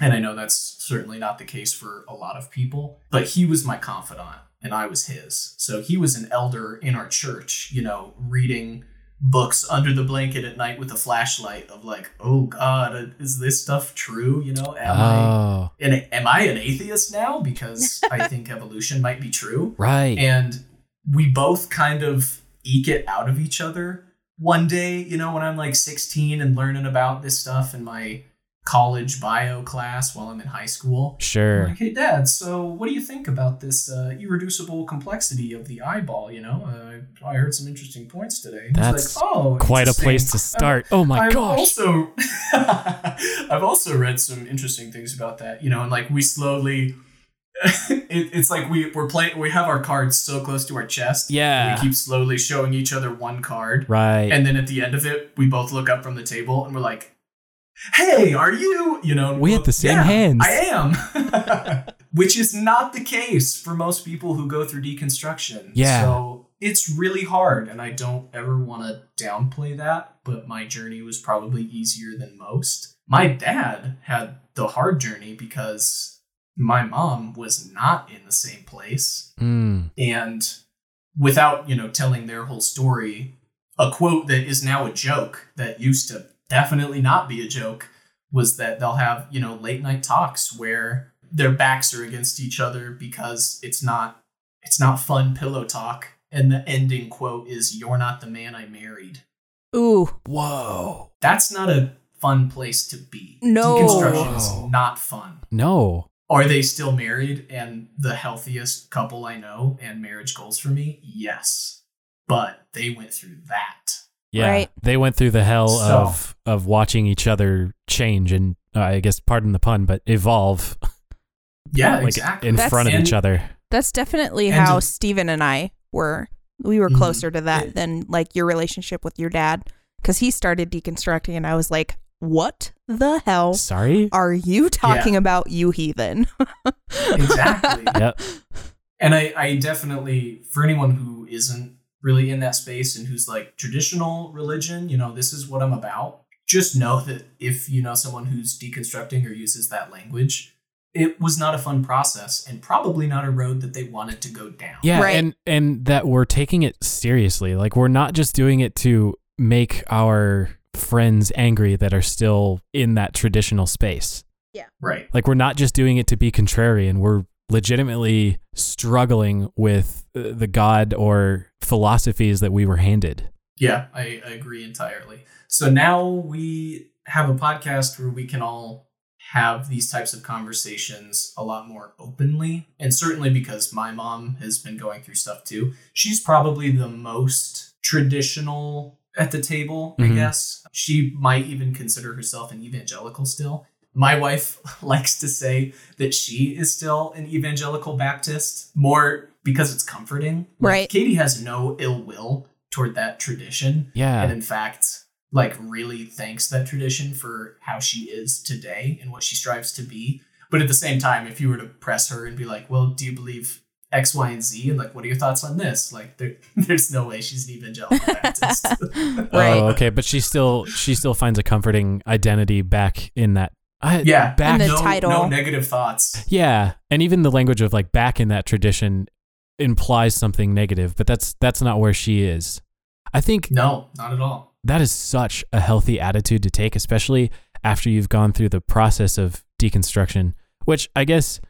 Speaker 1: And I know that's certainly not the case for a lot of people, but he was my confidant and I was his. So he was an elder in our church, you know, reading books under the blanket at night with a flashlight of like, oh God, is this stuff true? You know, am I
Speaker 2: Oh.
Speaker 1: and am I an atheist now? Because I think evolution might be true
Speaker 2: Right.
Speaker 1: and we both kind of eke it out of each other one day you know when i'm like 16 and learning about this stuff in my college bio class while i'm in high school I'm
Speaker 2: Sure.
Speaker 1: like hey dad so what do you think about this uh, irreducible complexity of the eyeball you know uh, i heard some interesting points today He's
Speaker 2: That's
Speaker 1: like, oh
Speaker 2: Quite a
Speaker 1: interesting.
Speaker 2: place to start. Oh my
Speaker 1: I've
Speaker 2: gosh.
Speaker 1: also [LAUGHS] I've also read some interesting things about that, you know, and like we slowly [LAUGHS] it, it's like we we're playing we have our cards so close to our chest.
Speaker 2: Yeah.
Speaker 1: We keep slowly showing each other one card.
Speaker 2: Right.
Speaker 1: And then at the end of it, we both look up from the table and we're like, "Hey, are you?" You know, and
Speaker 2: We
Speaker 1: we're
Speaker 2: had the
Speaker 1: both,
Speaker 2: same
Speaker 1: "Yeah,
Speaker 2: hands."
Speaker 1: [LAUGHS] I am, which is not the case for most people who go through deconstruction.
Speaker 2: Yeah.
Speaker 1: So it's really hard, and I don't ever want to downplay that, but my journey was probably easier than most. My dad had the hard journey because my mom was not in the same place.
Speaker 2: Mm.
Speaker 1: And without, you know, telling their whole story, a quote that is now a joke that used to definitely not be a joke was that they'll have, you know, late night talks where their backs are against each other because it's not it's not fun pillow talk and the ending quote is you're not the man I married.
Speaker 3: Ooh,
Speaker 2: Whoa.
Speaker 1: That's not a fun place to be.
Speaker 3: No.
Speaker 1: Deconstruction is
Speaker 2: Whoa.
Speaker 1: not fun.
Speaker 2: No.
Speaker 1: Are they still married and the healthiest couple I know and marriage goals for me? Yes. But they went through that.
Speaker 2: Yeah.
Speaker 3: Right.
Speaker 2: They went through the hell
Speaker 1: So-
Speaker 2: of of watching each other change and uh, I guess pardon the pun, but evolve
Speaker 1: Yeah,
Speaker 2: like
Speaker 1: exactly.
Speaker 2: in
Speaker 3: That's-
Speaker 2: front of
Speaker 1: And-
Speaker 2: each other.
Speaker 3: that's definitely
Speaker 1: And
Speaker 3: how
Speaker 1: to-
Speaker 3: Steven and I were. We were
Speaker 2: Mm-hmm.
Speaker 1: Mhm.
Speaker 3: closer to that
Speaker 1: It-
Speaker 3: than like your relationship with your dad because he started deconstructing, and I was like, "What the hell
Speaker 2: Sorry.
Speaker 3: are you talking about,
Speaker 2: [LAUGHS]
Speaker 3: you heathen?" [LAUGHS]
Speaker 1: exactly.
Speaker 2: Yep.
Speaker 1: And I, I definitely, for anyone who isn't really in that space and who's like traditional religion, you know, this is what I'm about. Just know that if you know someone who's deconstructing or uses that language, it was not a fun process and probably not a road that they wanted to go down.
Speaker 2: Yeah,
Speaker 3: Right.
Speaker 2: and and that we're taking it seriously. Like we're not just doing it to make our friends angry that are still in that traditional space.
Speaker 1: Right.
Speaker 2: Like we're not just doing it to be contrarian. We're legitimately struggling with uh, the god or philosophies that we were handed.
Speaker 1: Yeah, I, I agree entirely. So now we have a podcast where we can all have these types of conversations a lot more openly. And certainly because my mom has been going through stuff too, she's probably the most traditional at the table, I
Speaker 2: Mhm.
Speaker 1: guess. She might even consider herself an evangelical still. My wife [LAUGHS] likes to say that she is still an evangelical Baptist, more because it's comforting. Like,
Speaker 3: Right.
Speaker 1: Katie has no ill will toward that tradition
Speaker 2: Yeah.
Speaker 1: and in fact like really thanks that tradition for how she is today and what she strives to be but at the same time if you were to press her and be like well do you believe x y and z and like what are your thoughts on this like there, [LAUGHS] there's no way she's an
Speaker 2: [LAUGHS]
Speaker 1: evangelical baptist [LAUGHS]
Speaker 3: Right.
Speaker 2: Oh, okay, but she still she still finds a comforting identity back in that. I,
Speaker 1: yeah
Speaker 2: back.
Speaker 3: In the
Speaker 1: no,
Speaker 3: title.
Speaker 1: no negative thoughts
Speaker 2: yeah, and even the language of like back in that tradition implies something negative, but that's that's not where she is. I think
Speaker 1: no not at all
Speaker 2: that is such a healthy attitude to take, especially after you've gone through the process of deconstruction, which I guess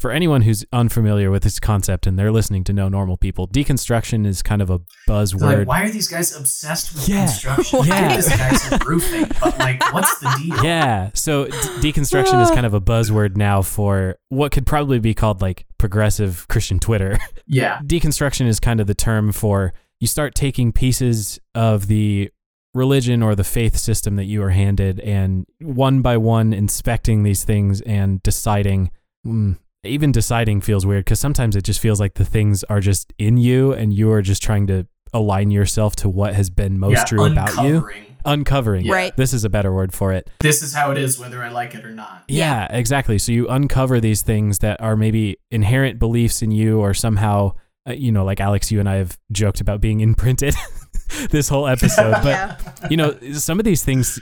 Speaker 2: for anyone who's unfamiliar with this concept and they're listening to no normal people, deconstruction is kind of a
Speaker 1: They're
Speaker 2: buzzword.
Speaker 1: like why are these guys obsessed with
Speaker 2: Yeah. [LAUGHS]
Speaker 1: construction
Speaker 3: Why?
Speaker 1: yeah this guy's in roofing but like what's the deal
Speaker 2: yeah. So d- deconstruction is kind of a buzzword now for what could probably be called like progressive Christian Twitter.
Speaker 1: yeah
Speaker 2: deconstruction is kind of the term for you start taking pieces of the religion or the faith system that you are handed and one by one inspecting these things and deciding mm, even deciding feels weird because sometimes it just feels like the things are just in you and you are just trying to align yourself to what has been most
Speaker 1: yeah
Speaker 2: true about you
Speaker 1: uncovering.
Speaker 2: uncovering
Speaker 1: Yeah.
Speaker 3: Right.
Speaker 2: this is a better word for it
Speaker 1: this is how it is whether i like it or not
Speaker 2: yeah, exactly. So you uncover these things that are maybe inherent beliefs in you, or somehow, uh, you know, like Alex, you and I have joked about being imprinted [LAUGHS] this whole episode. But,
Speaker 3: yeah,
Speaker 2: you know, some of these things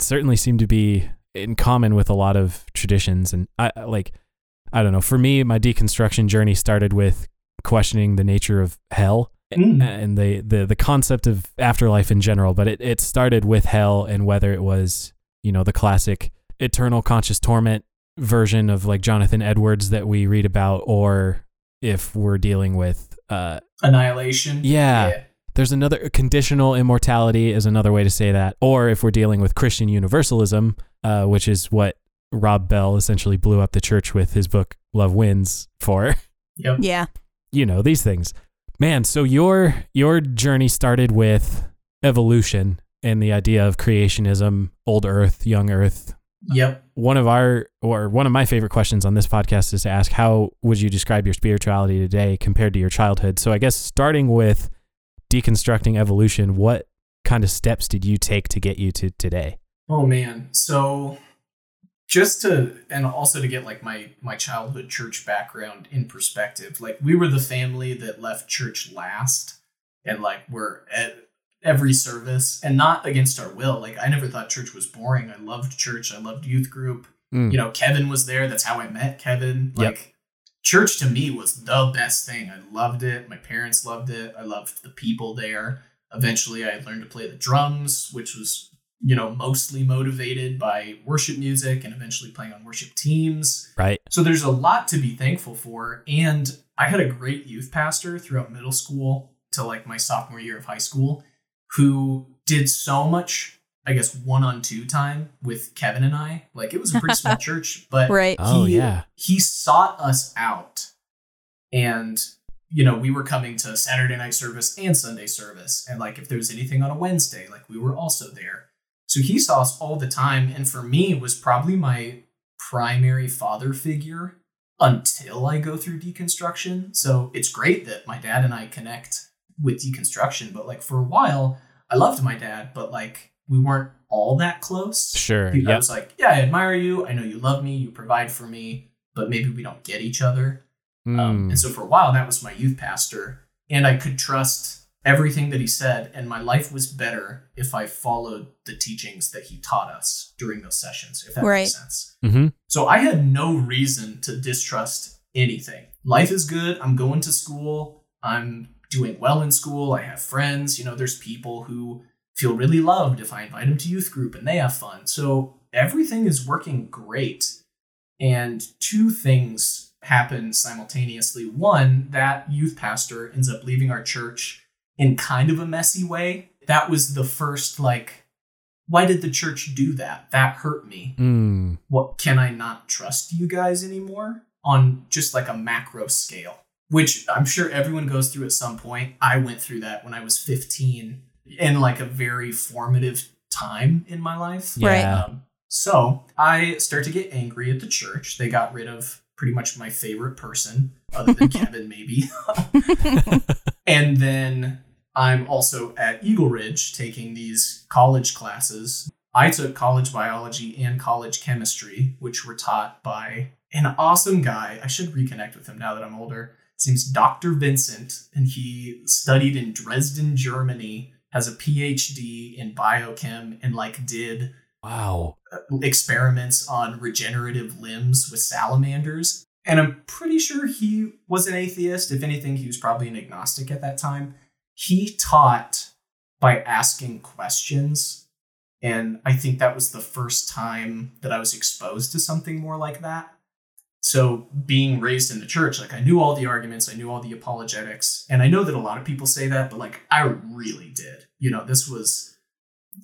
Speaker 2: certainly seem to be in common with a lot of traditions. And I I- like, I don't know, for me, my deconstruction journey started with questioning the nature of hell
Speaker 1: Mm.
Speaker 2: and the, the, the concept of afterlife in general, but it, it started with hell and whether it was, you know, the classic eternal conscious torment version of like Jonathan Edwards that we read about, or if we're dealing with, uh,
Speaker 1: annihilation
Speaker 2: yeah, there's another conditional immortality is another way to say that, or if we're dealing with Christian universalism, uh, which is what Rob Bell essentially blew up the church with his book Love Wins for. [LAUGHS]
Speaker 1: Yep.
Speaker 3: yeah.
Speaker 2: you know these things man so your your journey started with evolution and the idea of creationism old earth young earth
Speaker 1: Yep.
Speaker 2: one of our or one of my favorite questions on this podcast is to ask how would you describe your spirituality today compared to your childhood so i guess starting with deconstructing evolution what kind of steps did you take to get you to today
Speaker 1: Oh man. So just to and also to get like my my childhood church background in perspective, like we were the family that left church last. and like we're at every service and not against our will. Like I never thought church was boring. I loved church. I loved youth group.
Speaker 2: Mm.
Speaker 1: You know, Kevin was there. That's how I met Kevin.
Speaker 2: Yep.
Speaker 1: Like church to me was the best thing. I loved it. My parents loved it. I loved the people there. Eventually I learned to play the drums, which was, you know, mostly motivated by worship music and eventually playing on worship teams.
Speaker 2: right.
Speaker 1: So there's a lot to be thankful for. And I had a great youth pastor throughout middle school to like my sophomore year of high school who did so much, I guess, one on two time with Kevin and I. Like it was a pretty small church, but
Speaker 3: Right.
Speaker 2: Oh,
Speaker 1: he,
Speaker 2: yeah.
Speaker 1: he sought us out. And, you know, we were coming to Saturday night service and Sunday service. And like if there was anything on a Wednesday, like we were also there. So he saw us all the time. And for me was probably my primary father figure until I go through deconstruction. So it's great that my dad and I connect with deconstruction, but like for a while, I loved my dad, but like we weren't all that close.
Speaker 2: Sure.
Speaker 1: He- I
Speaker 2: Yep.
Speaker 1: was like, yeah, I admire you. I know you love me. You provide for me, but maybe we don't get each other. Um,
Speaker 2: Mm.
Speaker 1: and so for a while, that was my youth pastor, and I could trust everything that he said, and my life was better if I followed the teachings that he taught us during those sessions. If that
Speaker 3: Right.
Speaker 1: makes sense.
Speaker 2: Mhm.
Speaker 1: So I had no reason to distrust anything. Life is good. I'm going to school. I'm doing well in school. I have friends. You know, there's people who feel really loved if I invite them to youth group and they have fun. So everything is working great. And two things happen simultaneously. One, that youth pastor ends up leaving our church in kind of a messy way. That was the first, like, why did the church do that? That hurt me
Speaker 2: Mm.
Speaker 1: what can I not trust you guys anymore on just like a macro scale, which I'm sure everyone goes through at some point. I went through that when I was 15 in like a very formative time in my life.
Speaker 3: Right.
Speaker 2: Yeah.
Speaker 1: Um, so I start to get angry at the church. They got rid of pretty much my favorite person, other than Kevin, maybe. [LAUGHS] And then I'm also at Eagle Ridge taking these college classes. I took college biology and college chemistry, which were taught by an awesome guy. I should reconnect with him now that I'm older. His name's Dr. Vincent, and he studied in Dresden, Germany, has a PhD in biochem, and like did
Speaker 2: Wow.
Speaker 1: experiments on regenerative limbs with salamanders. And I'm pretty sure he was an atheist. If anything, he was probably an agnostic at that time. He taught by asking questions. And I think that was the first time that I was exposed to something more like that. So, being raised in the church, like I knew all the arguments, I knew all the apologetics. And I know that a lot of people say that, but like I really did. You know, this was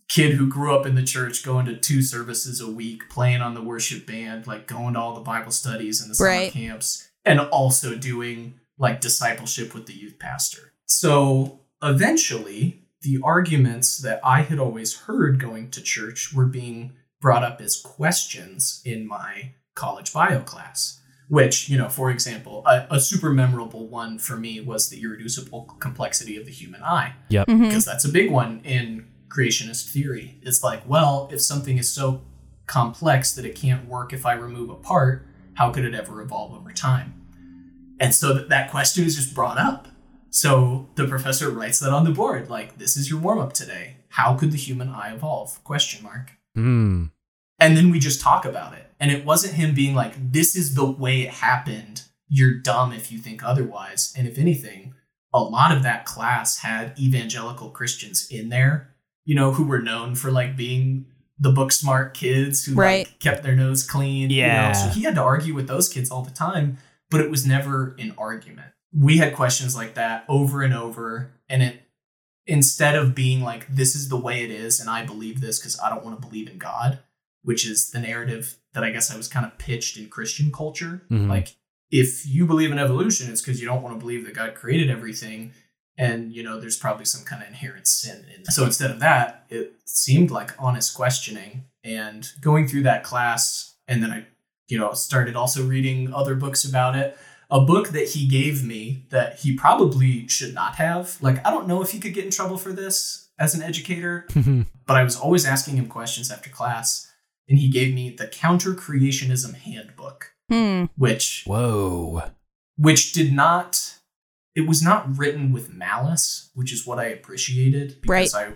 Speaker 1: kid who grew up in the church, going to two services a week, playing on the worship band, like going to all the Bible studies and the summer
Speaker 3: Right.
Speaker 1: camps, and also doing like discipleship with the youth pastor. So eventually, the arguments that I had always heard going to church were being brought up as questions in my college bio class. Which, you know, for example, a, a super memorable one for me was the irreducible complexity of the human eye
Speaker 2: Yep.
Speaker 3: Mhm.
Speaker 1: because that's a big one in creationist theory. It's like, well, if something is so complex that it can't work if I remove a part, how could it ever evolve over time? And so that, that question is just brought up. So the professor writes that on the board, like, this is your warm up today. How could the human eye evolve? Question mark.
Speaker 2: Mm.
Speaker 1: And then we just talk about it. And it wasn't him being like, this is the way it happened. You're dumb if you think otherwise. And if anything, a lot of that class had evangelical Christians in there, you know, who were known for like being the book smart kids who
Speaker 3: Right.
Speaker 1: like kept their nose clean. you know.
Speaker 2: Yeah.
Speaker 1: So he had to argue with those kids all the time, but it was never an argument. We had questions like that over and over. And it instead of being like, this is the way it is, and I believe this because I don't want to believe in God, which is the narrative that I guess I was kind of pitched in Christian culture.
Speaker 2: Mhm.
Speaker 1: Like, if you believe in evolution, it's because you don't want to believe that God created everything. And, you know, there's probably some kind of inherent sin in that. So instead of that, it seemed like honest questioning and going through that class. And then I, you know, started also reading other books about it a book that he gave me that he probably should not have. Like, I don't know if he could get in trouble for this as an educator,
Speaker 2: Mm.
Speaker 1: but I was always asking him questions after class, and he gave me the Counter Creationism Handbook,
Speaker 3: Hmm.
Speaker 1: which
Speaker 2: [LAUGHS] Whoa.
Speaker 1: which did not it was not written with malice, which is what I appreciated
Speaker 3: Right.
Speaker 1: because I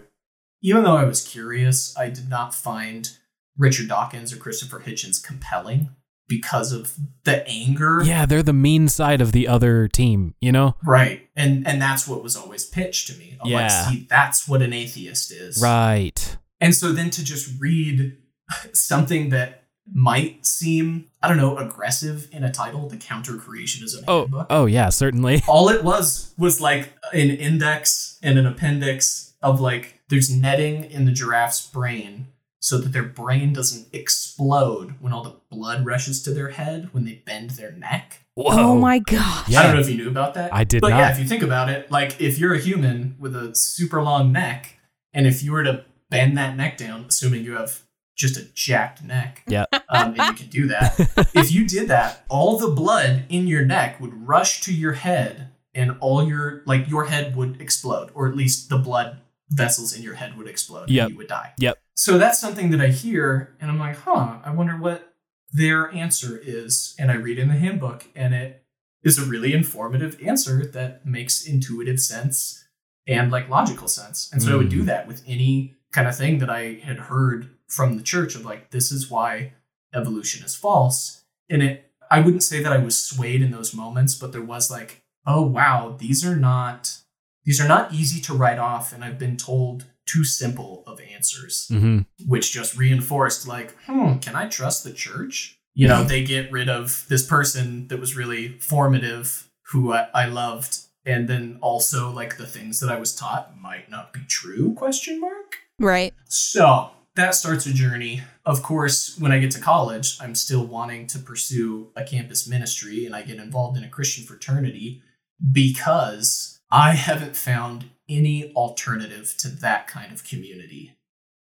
Speaker 1: even though I was curious, I did not find Richard Dawkins or Christopher Hitchens compelling because of the anger.
Speaker 2: Yeah, they're the mean side of the other team, you know?
Speaker 1: Right. And and that's what was always pitched to me. I'm like,
Speaker 2: Yeah.
Speaker 1: see, that's what an atheist is.
Speaker 2: Right.
Speaker 1: And so then to just read [LAUGHS] something that might seem, I don't know, aggressive in a title, the counter creationism
Speaker 2: Oh,
Speaker 1: handbook.
Speaker 2: oh yeah, certainly.
Speaker 1: All it was was like an index and an appendix of like there's netting in the giraffe's brain so that their brain doesn't explode when all the blood rushes to their head when they bend their neck.
Speaker 2: Whoa.
Speaker 3: Oh my gosh.
Speaker 2: Yeah.
Speaker 1: I don't know if you knew about that.
Speaker 2: I did
Speaker 1: But yeah,
Speaker 2: not.
Speaker 1: if you think about it, like if you're a human with a super long neck, and if you were to bend that neck down, assuming you have just a jacked neck,
Speaker 2: Yeah.
Speaker 1: um, and you can do that.
Speaker 2: [LAUGHS]
Speaker 1: if you did that, all the blood in your neck would rush to your head, and all your like your head would explode, or at least the blood vessels in your head would explode,
Speaker 2: Yep.
Speaker 1: and you would die.
Speaker 2: Yep.
Speaker 1: So that's something that I hear, and I'm like, huh, I wonder what their answer is. And I read in the handbook, and it is a really informative answer that makes intuitive sense and like logical sense. And so I would do that with any kind of thing that I had heard from the church of like, this is why evolution is false. And it, I wouldn't say that I was swayed in those moments, but there was like, oh wow, these are not these are not easy to write off, and I've been told too simple of answers
Speaker 2: hmm
Speaker 1: which just reinforced like hmm can i trust the church you know they get rid of this person that was really formative who I, I loved and then also like the things that i was taught might not be true question mark
Speaker 3: Right.
Speaker 1: so that starts a journey of course when i get to college i'm still wanting to pursue a campus ministry and i get involved in a christian fraternity because i haven't found any alternative to that kind of community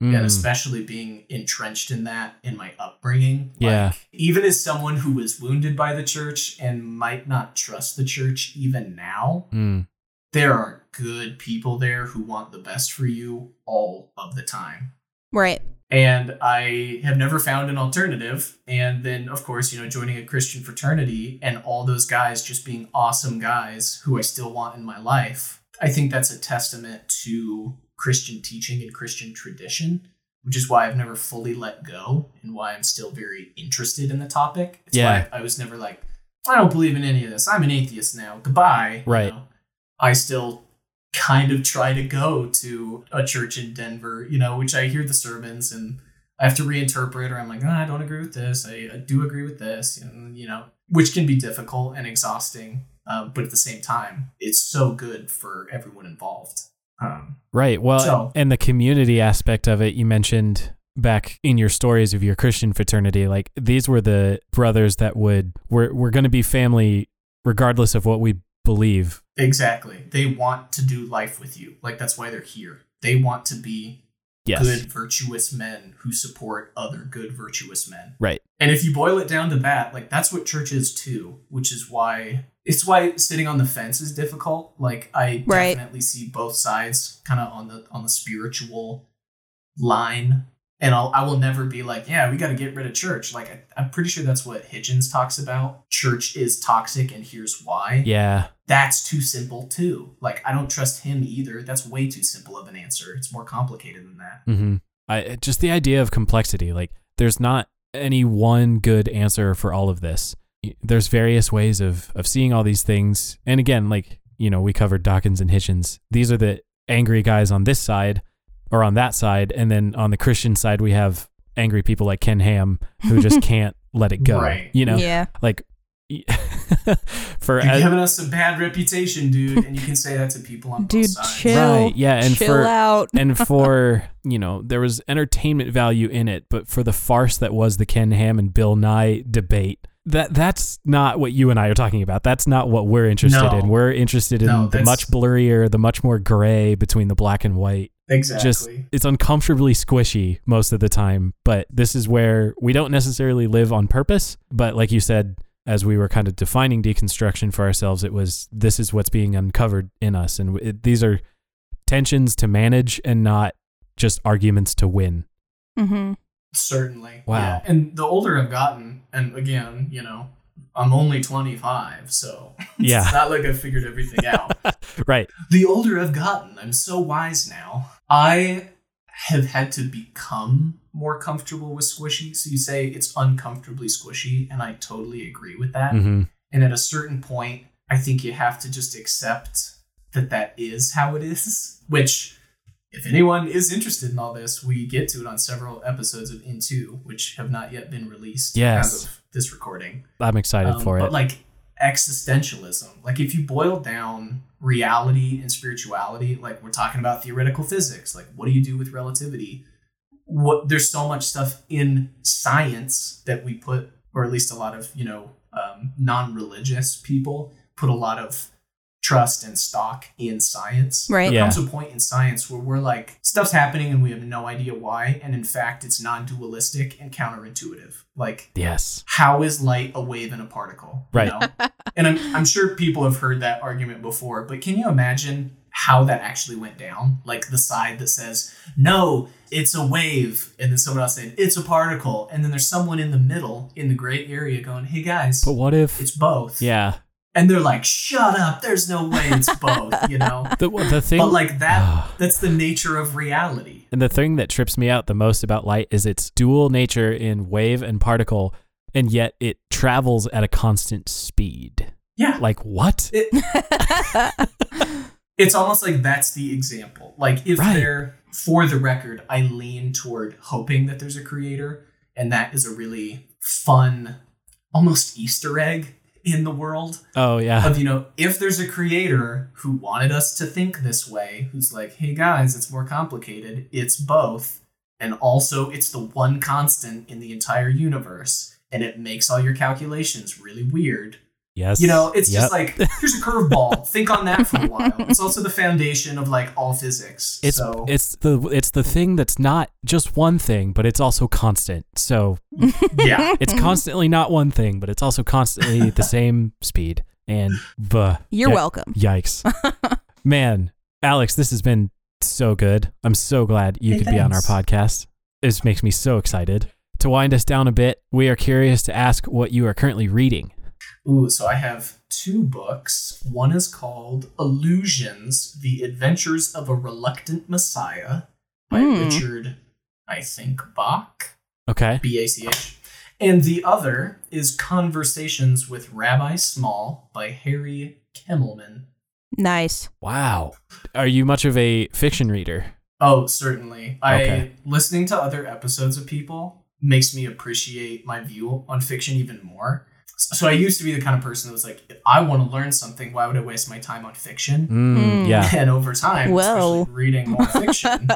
Speaker 2: Mm. Hmm.
Speaker 1: and especially being entrenched in that in my upbringing.
Speaker 2: Yeah.
Speaker 1: Even as someone who was wounded by the church and might not trust the church even now,
Speaker 2: Mm.
Speaker 1: there are good people there who want the best for you all of the time.
Speaker 3: Right.
Speaker 1: And I have never found an alternative. And then, of course, you know, joining a Christian fraternity and all those guys just being awesome guys who I still want in my life. I think that's a testament to Christian teaching and Christian tradition, which is why I've never fully let go and why I'm still very interested in the topic. It's
Speaker 2: Yeah.
Speaker 1: why I was never like, I don't believe in any of this. I'm an atheist now. Goodbye. you
Speaker 2: Right.
Speaker 1: know. I still kind of try to go to a church in Denver, you know, which I hear the sermons and I have to reinterpret, or I'm like, ah, I don't agree with this. I, I do agree with this, and you know, which can be difficult and exhausting. Um, but at the same time, it's so good for everyone involved. Um,
Speaker 2: Right. Well,
Speaker 1: So-
Speaker 2: and the community aspect of it, you mentioned back in your stories of your Christian fraternity, like these were the brothers that would, we're, we're going to be family regardless of what we believe.
Speaker 1: exactly, they want to do life with you. Like that's why they're here. They want to be
Speaker 2: Yes.
Speaker 1: good, virtuous men who support other good, virtuous men.
Speaker 2: Right.
Speaker 1: And if you boil it down to that, like that's what church is too, which is why it's why sitting on the fence is difficult. Like I
Speaker 3: Right.
Speaker 1: definitely see both sides kind of on the on the spiritual line. And I'll I will never be like, yeah, we gotta get rid of church. Like I, I'm pretty sure that's what Hitchens talks about. Church is toxic and here's why.
Speaker 2: Yeah.
Speaker 1: That's too simple too. Like I don't trust him either. That's way too simple of an answer. It's more complicated than that.
Speaker 2: Mm-hmm. I just the idea of complexity. Like, there's not any one good answer for all of this. Y- There's various ways of of seeing all these things. And again, like you know, we covered Dawkins and Hitchens. These are the angry guys on this side or on that side, and then on the Christian side, we have angry people like Ken Ham who just can't let it go.
Speaker 1: Right.
Speaker 2: You know,
Speaker 3: Yeah.
Speaker 2: like y- [LAUGHS] for
Speaker 1: You're
Speaker 2: as-
Speaker 1: giving us a bad reputation, dude, and you can say that to people on
Speaker 3: Dude,
Speaker 1: both sides.
Speaker 3: chill.
Speaker 2: right, yeah, and
Speaker 3: Chill
Speaker 2: for
Speaker 3: out.
Speaker 2: [LAUGHS] and for you know there was entertainment value in it but for the farce that was the ken ham and bill nye debate that that's not what you and i are talking about that's not what we're interested
Speaker 1: No.
Speaker 2: in we're interested in
Speaker 1: No,
Speaker 2: the much
Speaker 1: that's-
Speaker 2: blurrier the much more gray between the black and white
Speaker 1: Exactly.
Speaker 2: just it's uncomfortably squishy most of the time but this is where we don't necessarily live on purpose but like you said as we were kind of defining deconstruction for ourselves it was this is what's being uncovered in us and it, these are tensions to manage and not just arguments to win
Speaker 3: hmm
Speaker 1: Certainly.
Speaker 2: Wow.
Speaker 1: Yeah. And the older I've gotten, and again, you know, I'm only 25, so [LAUGHS] it's
Speaker 2: Yeah,
Speaker 1: not like I figured everything out.
Speaker 2: right.
Speaker 1: the older I've gotten, I'm so wise now. I have had to become more comfortable with squishy. So you say it's uncomfortably squishy, and I totally agree with that.
Speaker 2: hmm
Speaker 1: And at a certain point, I think you have to just accept that that is how it is. [LAUGHS] Which, if anyone is interested in all this, we get to it on several episodes of Into, which have not yet been released
Speaker 2: Yes.
Speaker 1: as of this recording.
Speaker 2: I'm excited
Speaker 1: Um,
Speaker 2: for
Speaker 1: but
Speaker 2: it.
Speaker 1: like existentialism, like if you boil down reality and spirituality, like we're talking about theoretical physics, like what do you do with relativity? What there's so much stuff in science that we put, or at least a lot of you know um, non-religious people put a lot of trust and stock in science.
Speaker 3: Right.
Speaker 1: There
Speaker 2: Yeah.
Speaker 1: comes a point in science where we're like stuff's happening and we have no idea why, and in fact it's non-dualistic and counterintuitive. Like
Speaker 2: yes.
Speaker 1: how is light a wave and a particle?
Speaker 2: Right.
Speaker 1: know? and I'm, I'm sure people have heard that argument before, but can you imagine how that actually went down? Like the side that says, no, it's a wave. And then someone else saying, it's a particle. And then there's someone in the middle in the gray area going, hey guys,
Speaker 2: But what if?
Speaker 1: it's both.
Speaker 2: Yeah.
Speaker 1: And they're like, shut up. There's no way it's both,
Speaker 2: [LAUGHS]
Speaker 1: you know?
Speaker 2: The the thing.
Speaker 1: [LAUGHS] But like
Speaker 2: Ah.
Speaker 1: that, that's the nature of reality.
Speaker 2: And the thing that trips me out the most about light is its dual nature in wave and particle, and yet it travels at a constant speed.
Speaker 1: Yeah.
Speaker 2: Like what?
Speaker 1: [LAUGHS] it's almost like that's the example. Like if
Speaker 2: Right.
Speaker 1: there, for the record, I lean toward hoping that there's a creator, and that is a really fun, almost Easter egg in the world
Speaker 2: Oh yeah.
Speaker 1: of you know if there's a creator who wanted us to think this way, who's like, hey guys, it's more complicated. It's both, and also it's the one constant in the entire universe, and it makes all your calculations really weird.
Speaker 2: Yes.
Speaker 1: You know, it's
Speaker 2: Yep.
Speaker 1: just like here's
Speaker 2: [LAUGHS]
Speaker 1: a curveball. Think on that for a while. It's also the foundation of like all physics.
Speaker 2: It's
Speaker 1: so
Speaker 2: it's the it's the thing that's not just one thing, but it's also constant. So
Speaker 1: [LAUGHS]
Speaker 2: [LAUGHS]
Speaker 1: yeah,
Speaker 2: it's
Speaker 3: Mm-hmm.
Speaker 2: constantly not one thing, but it's also constantly
Speaker 3: [LAUGHS]
Speaker 2: the same speed. And buh.
Speaker 3: You're
Speaker 2: Yeah.
Speaker 3: welcome.
Speaker 2: Yikes.
Speaker 3: [LAUGHS]
Speaker 2: Man, Alex, this has been so good. I'm so glad you
Speaker 1: Hey,
Speaker 2: could be on our
Speaker 1: thanks.
Speaker 2: podcast. This makes me so excited. To wind us down a bit, we are curious to ask what you are currently reading.
Speaker 1: Ooh, so I have two books. One is called Illusions: The Adventures of a Reluctant Messiah by
Speaker 3: Hmm.
Speaker 1: Richard, I think Bach,
Speaker 2: Okay.
Speaker 1: B A C H, and the other is Conversations with Rabbi Small by Harry Kimmelman.
Speaker 3: Nice.
Speaker 2: Wow. Are you much of a fiction reader?
Speaker 1: Oh, certainly. I
Speaker 2: Okay.
Speaker 1: listening to other episodes of people makes me appreciate my view on fiction even more. So I used to be the kind of person that was like, if I want to learn something, why would I waste my time on fiction?
Speaker 2: Mm,
Speaker 3: Mm.
Speaker 2: Yeah.
Speaker 1: [LAUGHS] And over time,
Speaker 3: Well.
Speaker 1: especially reading more fiction,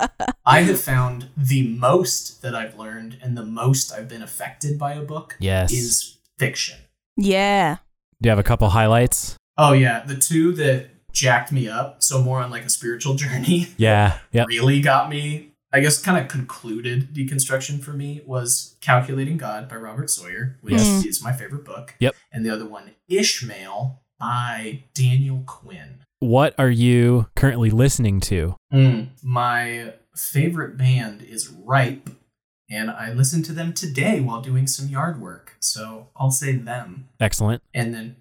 Speaker 1: I have found the most that I've learned and the most I've been affected by a book
Speaker 2: Yes.
Speaker 1: is fiction.
Speaker 3: Yeah.
Speaker 2: Do you have a couple highlights?
Speaker 1: Oh yeah, the two that jacked me up, so more on like a spiritual [LAUGHS] journey.
Speaker 2: Yeah. Yep.
Speaker 1: really got me, I guess, kind of concluded deconstruction for me was Calculating God by Robert Sawyer, which
Speaker 3: Yes.
Speaker 1: is my favorite book.
Speaker 2: Yep.
Speaker 1: And the other one, Ishmael by Daniel Quinn. Hmm.
Speaker 2: What are you currently listening to?
Speaker 1: My favorite band is Ripe, and I listened to them today while doing some yard work. So I'll say them.
Speaker 2: Excellent.
Speaker 1: And then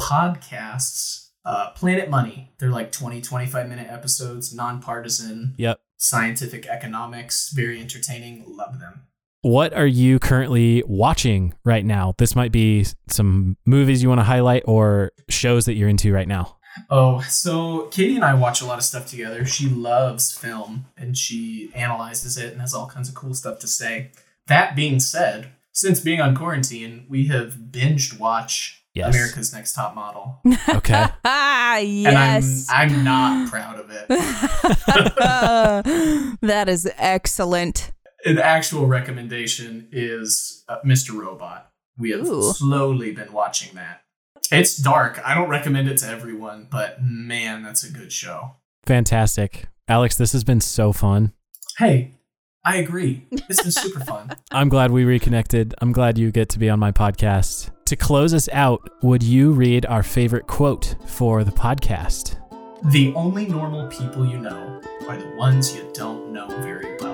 Speaker 1: podcasts, uh, Planet Money. They're like 20, 25 minute episodes, nonpartisan
Speaker 2: Yep.
Speaker 1: scientific economics, very entertaining. Love them.
Speaker 2: What are you currently watching right now? This might be s- some movies you want to highlight or shows that you're into right now.
Speaker 1: Oh, so Katie and I watch a lot of stuff together. She loves film and she analyzes it and has all kinds of cool stuff to say. That being said, since being on quarantine, we have binged watch
Speaker 2: Yes.
Speaker 1: America's Next
Speaker 3: [LAUGHS]
Speaker 1: Top Model.
Speaker 2: Okay.
Speaker 3: ah, yes.
Speaker 1: And
Speaker 2: [LAUGHS]
Speaker 1: I'm
Speaker 3: [GASPS]
Speaker 1: I'm not proud of it.
Speaker 3: [LAUGHS] that is excellent.
Speaker 1: An actual recommendation is uh, Mr. Robot. We have
Speaker 3: Ooh.
Speaker 1: slowly been watching that. It's dark. I don't recommend it to everyone, but man, that's a good show.
Speaker 2: Fantastic. Alex, this has been so fun.
Speaker 1: Hey, I agree. This is super fun.
Speaker 2: I'm glad we reconnected. I'm glad you get to be on my podcast. To close us out, would you read our favorite quote for the podcast?
Speaker 1: The only normal people you know are the ones you don't know very well.